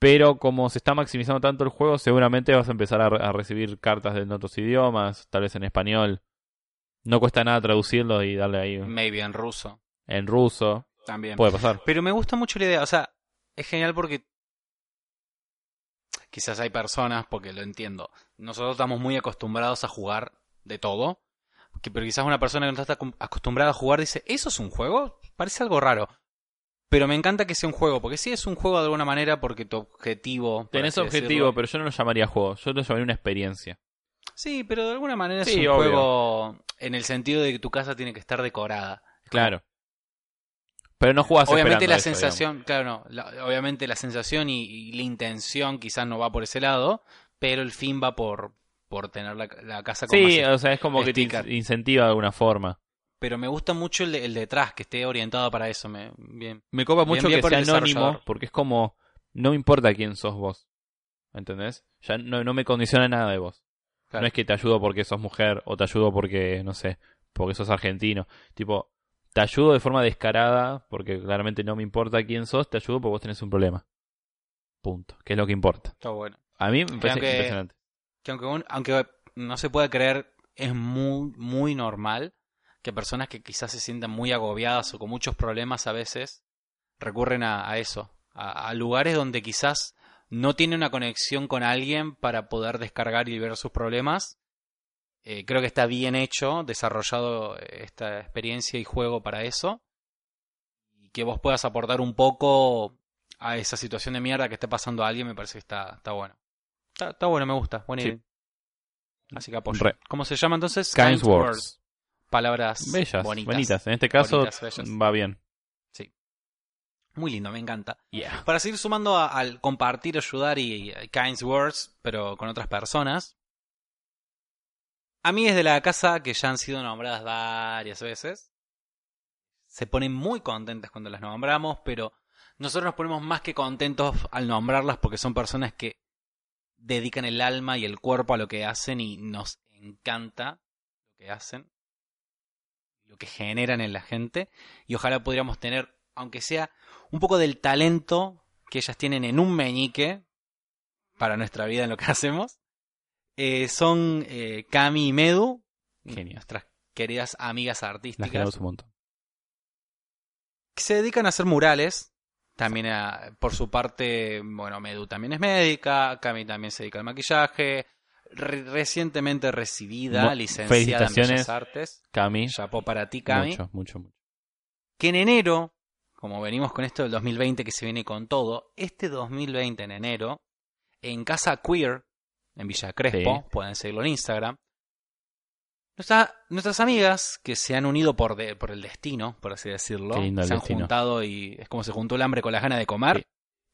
Pero como se está maximizando tanto el juego, seguramente vas a empezar a, re- a recibir cartas de en otros idiomas, tal vez en español. No cuesta nada traducirlo y darle ahí Maybe en ruso. en ruso. También. Puede pasar. Pero me gusta mucho la idea. O sea, es genial porque. Quizás hay personas, porque lo entiendo. Nosotros estamos muy acostumbrados a jugar de todo. que- pero quizás una persona que no está acom- acostumbrada a jugar dice: ¿Eso es un juego? Parece algo raro. Pero me encanta que sea un juego, porque sí es un juego de alguna manera, porque tu objetivo. por Tenés así objetivo, decirlo- pero yo no lo llamaría juego, yo lo llamaría una experiencia. Sí, pero de alguna manera Sí, es un obvio. juego en el sentido de que tu casa tiene que estar decorada. Claro. Pero no jugás obviamente esperando la eso, digamos. sensación, claro, no, la- obviamente la sensación y, y la intención quizás no va por ese lado, pero el fin va por por tener la, la casa con Sí, eh, más- o sea, es como que te sticker. in- incentiva de alguna forma. Pero me gusta mucho el, de- el detrás, que esté orientado para eso. Me, bien. Me copa mucho bien que por el sea anónimo, desarrollador. porque es como, no me importa quién sos vos. ¿Entendés? Ya no, no me condiciona nada de vos. Claro. No es que te ayudo porque sos mujer o te ayudo porque, no sé, porque sos argentino. Tipo, te ayudo de forma descarada porque claramente no me importa quién sos, te ayudo porque vos tenés un problema. Punto. Que es lo que importa. Está bueno. A mí me parece que- impresionante. Que aunque, un- aunque no se pueda creer, es muy, muy normal que personas que quizás se sientan muy agobiadas o con muchos problemas a veces recurren a, a eso, a, a lugares donde quizás no tiene una conexión con alguien para poder descargar y ver sus problemas. Eh, creo que está bien hecho, desarrollado eh, esta experiencia y juego para eso. Y que vos puedas aportar un poco a esa situación de mierda que esté pasando a alguien, me parece que está, está bueno. Está, está bueno, me gusta, buena Sí. idea. Así que apoyo. Re. ¿Cómo se llama entonces? Kind Kind words. words. Palabras Bellas, bonitas. bonitas. En este caso, Bonitas, bellas. va bien. Muy lindo, me encanta. Yeah. Para seguir sumando a- al compartir, ayudar y, y kinds words, pero con otras personas, Amigues de la casa, que ya han sido nombradas varias veces, se ponen muy contentas cuando las nombramos, pero nosotros nos ponemos más que contentos al nombrarlas porque son personas que dedican el alma y el cuerpo a lo que hacen y nos encanta lo que hacen, lo que generan en la gente y ojalá pudiéramos tener, aunque sea un poco del talento que ellas tienen en un meñique para nuestra vida en lo que hacemos. Eh, son eh, Cami y Medu, Genio. nuestras queridas amigas Las artísticas queremos un montón. que se dedican a hacer murales. También a- por su parte, bueno, Medu también es médica, Cami también se dedica al maquillaje, re- recientemente recibida, Mo- licenciada en felicitaciones. Bellas Artes. Cami. Chapó para ti, Cami. Mucho, mucho, mucho. Que en enero, como venimos con esto del 2020 que se viene con todo, este 2020 en enero, en Casa Queer, en Villa Crespo, Sí. pueden seguirlo en Instagram, nuestra- nuestras amigas que se han unido por, de- por el destino, por así decirlo, Qué lindo el se han destino. juntado y es como se juntó el hambre con las ganas de comer, Sí.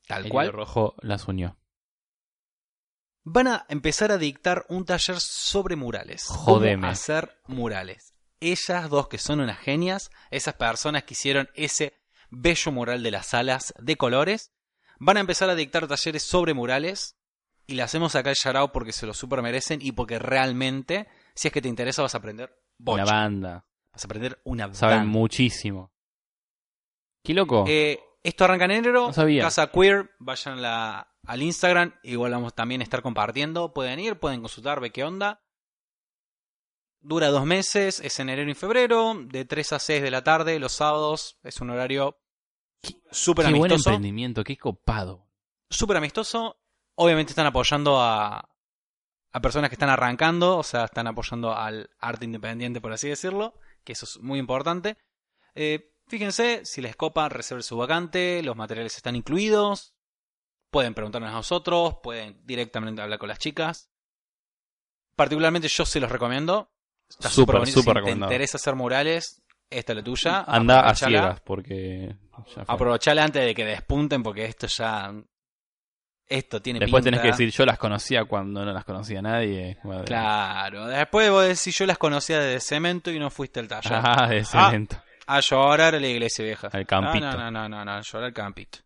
tal El cual hilo rojo las unió. van a empezar a dictar un taller sobre murales. Jodeme. Cómo hacer murales. Ellas dos que son unas genias, esas personas que hicieron ese bello mural de las alas de colores, van a empezar a dictar talleres sobre murales y le hacemos acá el Yarao porque se lo super merecen y porque realmente, si es que te interesa, vas a aprender bocha. La banda. Vas a aprender una Saben banda. muchísimo. Qué loco. Eh, esto arranca en enero. No sabía. Casa Queer, vayan a la- al Instagram. Igual vamos también a estar compartiendo. Pueden ir, pueden consultar, ve qué onda. Dura dos meses, es en enero y febrero, de 3 a 6 de la tarde, los sábados. Es un horario súper qué buen amistoso. emprendimiento, qué copado. Súper amistoso. Obviamente están apoyando a, a personas que están arrancando, o sea, están apoyando al arte independiente, por así decirlo, que eso es muy importante. Eh, fíjense, si les copa, reserven su vacante, los materiales están incluidos, pueden preguntarnos a nosotros, pueden directamente hablar con las chicas. Particularmente yo se los recomiendo. Está Súper, súper, bonito. súper si te recomendado. Ah, interesa hacer murales, esta es la tuya. Anda a aprovechala. ciegas, porque. ya fue. Aprovechala antes de que despunten, porque esto ya. Esto tiene Después pinta. tenés que decir, yo las conocía cuando no las conocía nadie. Madre. Claro, después vos decís, yo las conocía desde cemento y no fuiste al taller. Ah, de cemento. A llorar a la iglesia vieja. Al campito. No, no, no, no, no, a llorar al campito.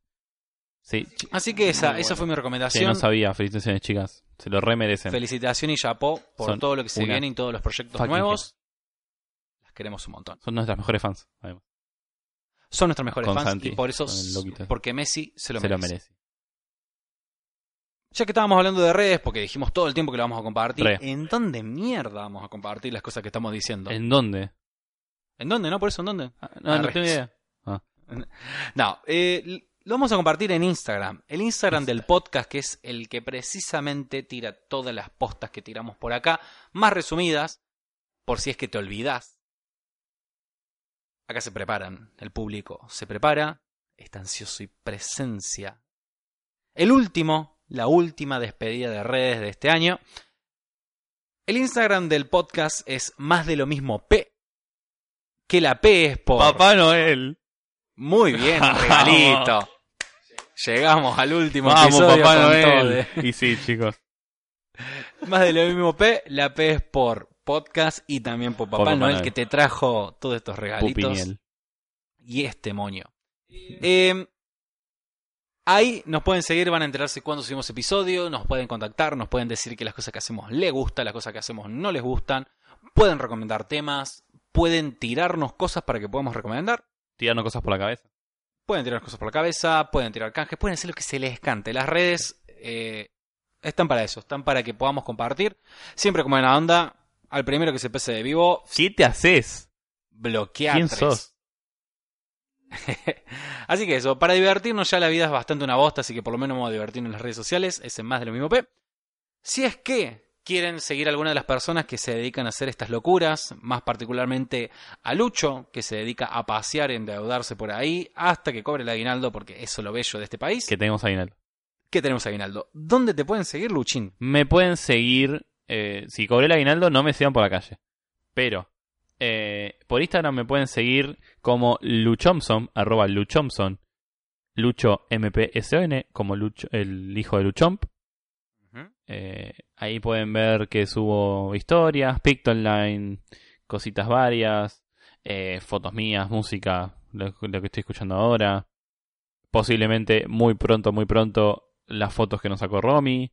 Sí, ch- Así que esa, Muy esa bueno. fue mi che, no recomendación. sabía. Felicitaciones, chicas. Se lo remerecen. Felicitación y chapó por Son todo lo que se una viene y todos los proyectos fucking nuevos. Las queremos un montón. Son nuestras mejores fans. además. Son nuestros mejores Con fans Santi, y por eso, con el loquito. porque Messi se lo Se lo merece. merece. Ya que estábamos hablando de redes, porque dijimos todo el tiempo que lo vamos a compartir, Re. ¿en dónde mierda vamos a compartir las cosas que estamos diciendo? ¿En, ¿En dónde? dónde? ¿No? Por eso, ¿en dónde? Ah, No, no Arre. tengo idea. No, eh, l- lo vamos a compartir en Instagram. El Instagram del Instagram. podcast, que es el que precisamente tira todas las postas que tiramos por acá, más resumidas, por si es que te olvidas. Acá se preparan, el público se prepara, está ansioso y presencia. El último, la última despedida de redes de este año. El Instagram del podcast es más de lo mismo P. Que la P es por. Papá Noel. Muy bien, regalito. Llegamos al último Vamos, episodio Papá con todo Noel. de- Y sí, chicos. Más de lo mismo P, la P es por podcast y también por Papá Papá Noel Noel. que te trajo todos estos regalitos Pupiniel. y este moño. Eh, ahí nos pueden seguir, van a enterarse cuándo subimos episodio, nos pueden contactar, nos pueden decir que las cosas que hacemos les gustan, las cosas que hacemos no les gustan, pueden recomendar temas, pueden tirarnos cosas para que podamos recomendar. Tirando cosas por la cabeza. Pueden tirar cosas por la cabeza, pueden tirar canjes, pueden hacer lo que se les cante. Las redes eh, están para eso, están para que podamos compartir. Siempre como en la onda, al primero que se pese de vivo, ¿Qué te haces? bloquear. ¿Quién tres. sos? Así que eso, para divertirnos ya la vida es bastante una bosta, así que por lo menos vamos a divertirnos en las redes sociales, es en más de lo mismo P. Si es que quieren seguir a alguna de las personas que se dedican a hacer estas locuras, más particularmente a Lucho, que se dedica a pasear, endeudarse por ahí, hasta que cobre el aguinaldo, porque eso es lo bello de este país. Que tenemos ahí en el. ¿Qué tenemos, Aguinaldo? ¿Dónde te pueden seguir, Luchín? Me pueden seguir. eh, si cobré el aguinaldo, no me sigan por la calle. Pero eh, por Instagram me pueden seguir como Luchompson, arroba Luchompson, Lucho MPSN, como Lucho, el hijo de Luchomp. Ujú. Eh, ahí pueden ver que subo historias, Pictoline, cositas varias, eh, fotos mías, música, lo, lo que estoy escuchando ahora. Posiblemente muy pronto, muy pronto, las fotos que nos sacó Romy.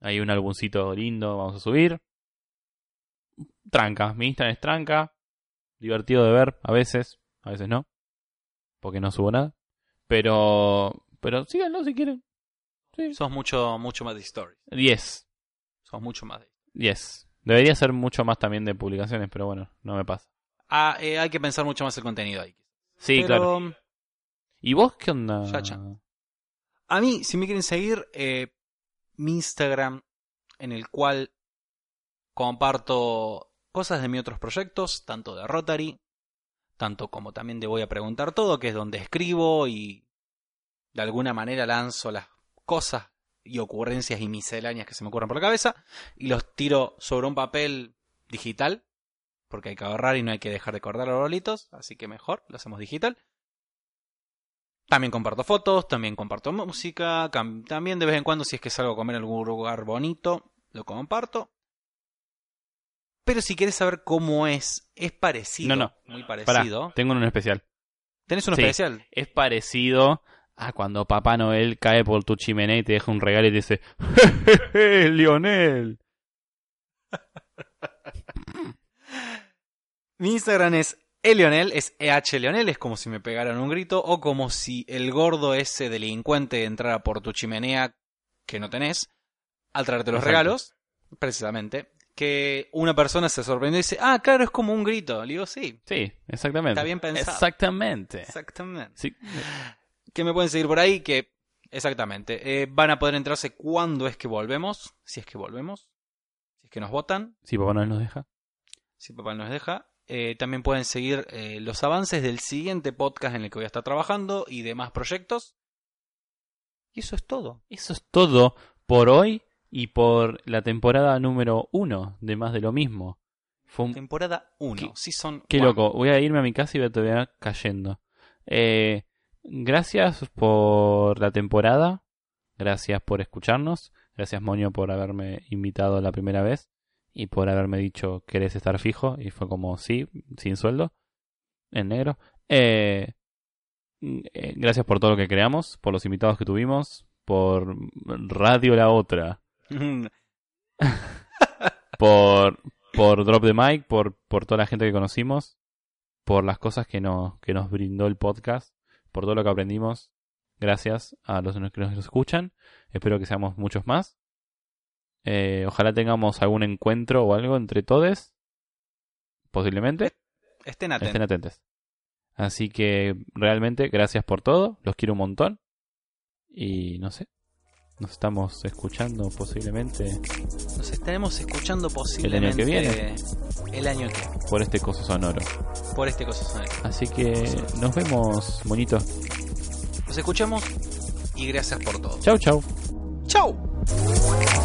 Hay un álbumcito lindo, vamos a subir. Tranca, mi Instagram es tranca. Divertido de ver, a veces, a veces no. Porque no subo nada. Pero, pero síganlo si quieren. Sí. Sos mucho, mucho más de stories. 10. Sos mucho más de. Yes. Debería ser mucho más también de publicaciones, pero bueno, no me pasa. Ah, eh, hay que pensar mucho más el contenido ahí. Sí, Pero, claro. ¿Y vos qué onda? Ya, ya. A mí, si me quieren seguir, eh, mi Instagram, en el cual comparto cosas de mis otros proyectos, tanto de Rotary, tanto como también te voy a preguntar todo, que es donde escribo y de alguna manera lanzo las cosas y ocurrencias y misceláneas que se me ocurran por la cabeza y los tiro sobre un papel digital, porque hay que ahorrar y no hay que dejar de cortar los rolitos, así que mejor, lo hacemos digital. También comparto fotos, también comparto música, cam- también de vez en cuando si es que salgo a comer en algún lugar bonito, lo comparto. Pero si quieres saber cómo es, es parecido, No, muy Pará, parecido. tengo un especial. ¿Tenés uno Sí. especial? Es parecido a cuando Papá Noel cae por tu chimenea y te deja un regalo y te dice, ¡Jejeje, Lionel! Mi Instagram es Elionel, es EH Leonel, es como si me pegaran un grito, o como si el gordo ese delincuente entrara por tu chimenea que no tenés, al traerte los Exacto. regalos, precisamente, que una persona se sorprendió y dice, ah, claro, es como un grito. Le digo, sí, Sí, exactamente. Está bien pensado. Exactamente. exactamente. Eh, Sí. Que me pueden seguir por ahí, que exactamente. eh, van a poder entrarse cuando es que volvemos, si es que volvemos, si es que nos votan, Si Papá Noel nos deja. si papá nos deja. Eh, también pueden seguir eh, los avances del siguiente podcast en el que voy a estar trabajando y demás proyectos. Y eso es todo. Eso es todo por hoy y por la temporada número uno de Más de lo Mismo. Fue un Temporada 1. Qué- Sí son. Qué loco, voy a irme a mi casa y voy a terminar cayendo. Eh, gracias por la temporada, gracias por escucharnos, gracias Moño por haberme invitado la primera vez y por haberme dicho querés estar fijo y fue como sí, sin sueldo, en negro. Eh, mm, eh, gracias por todo lo que creamos, por los invitados que tuvimos, por Radio La Otra Guau. por, por Drop the Mic, por, por toda la gente que conocimos, por las cosas que, nos que nos brindó el podcast, por todo lo que aprendimos. Gracias a los que nos escuchan. Espero que seamos muchos más. Eh, ojalá tengamos algún encuentro o algo entre todos. Posiblemente. Estén atentos. Estén atentos. Así que realmente gracias por todo. Los quiero un montón. Y no sé. Nos estamos escuchando posiblemente Nos estaremos escuchando posiblemente que viene. el año que viene, por este coso sonoro. por este cosa sonora. Así que nos vemos, bonito. Nos escuchamos y gracias por todo. Chau, chau. ¡Chao!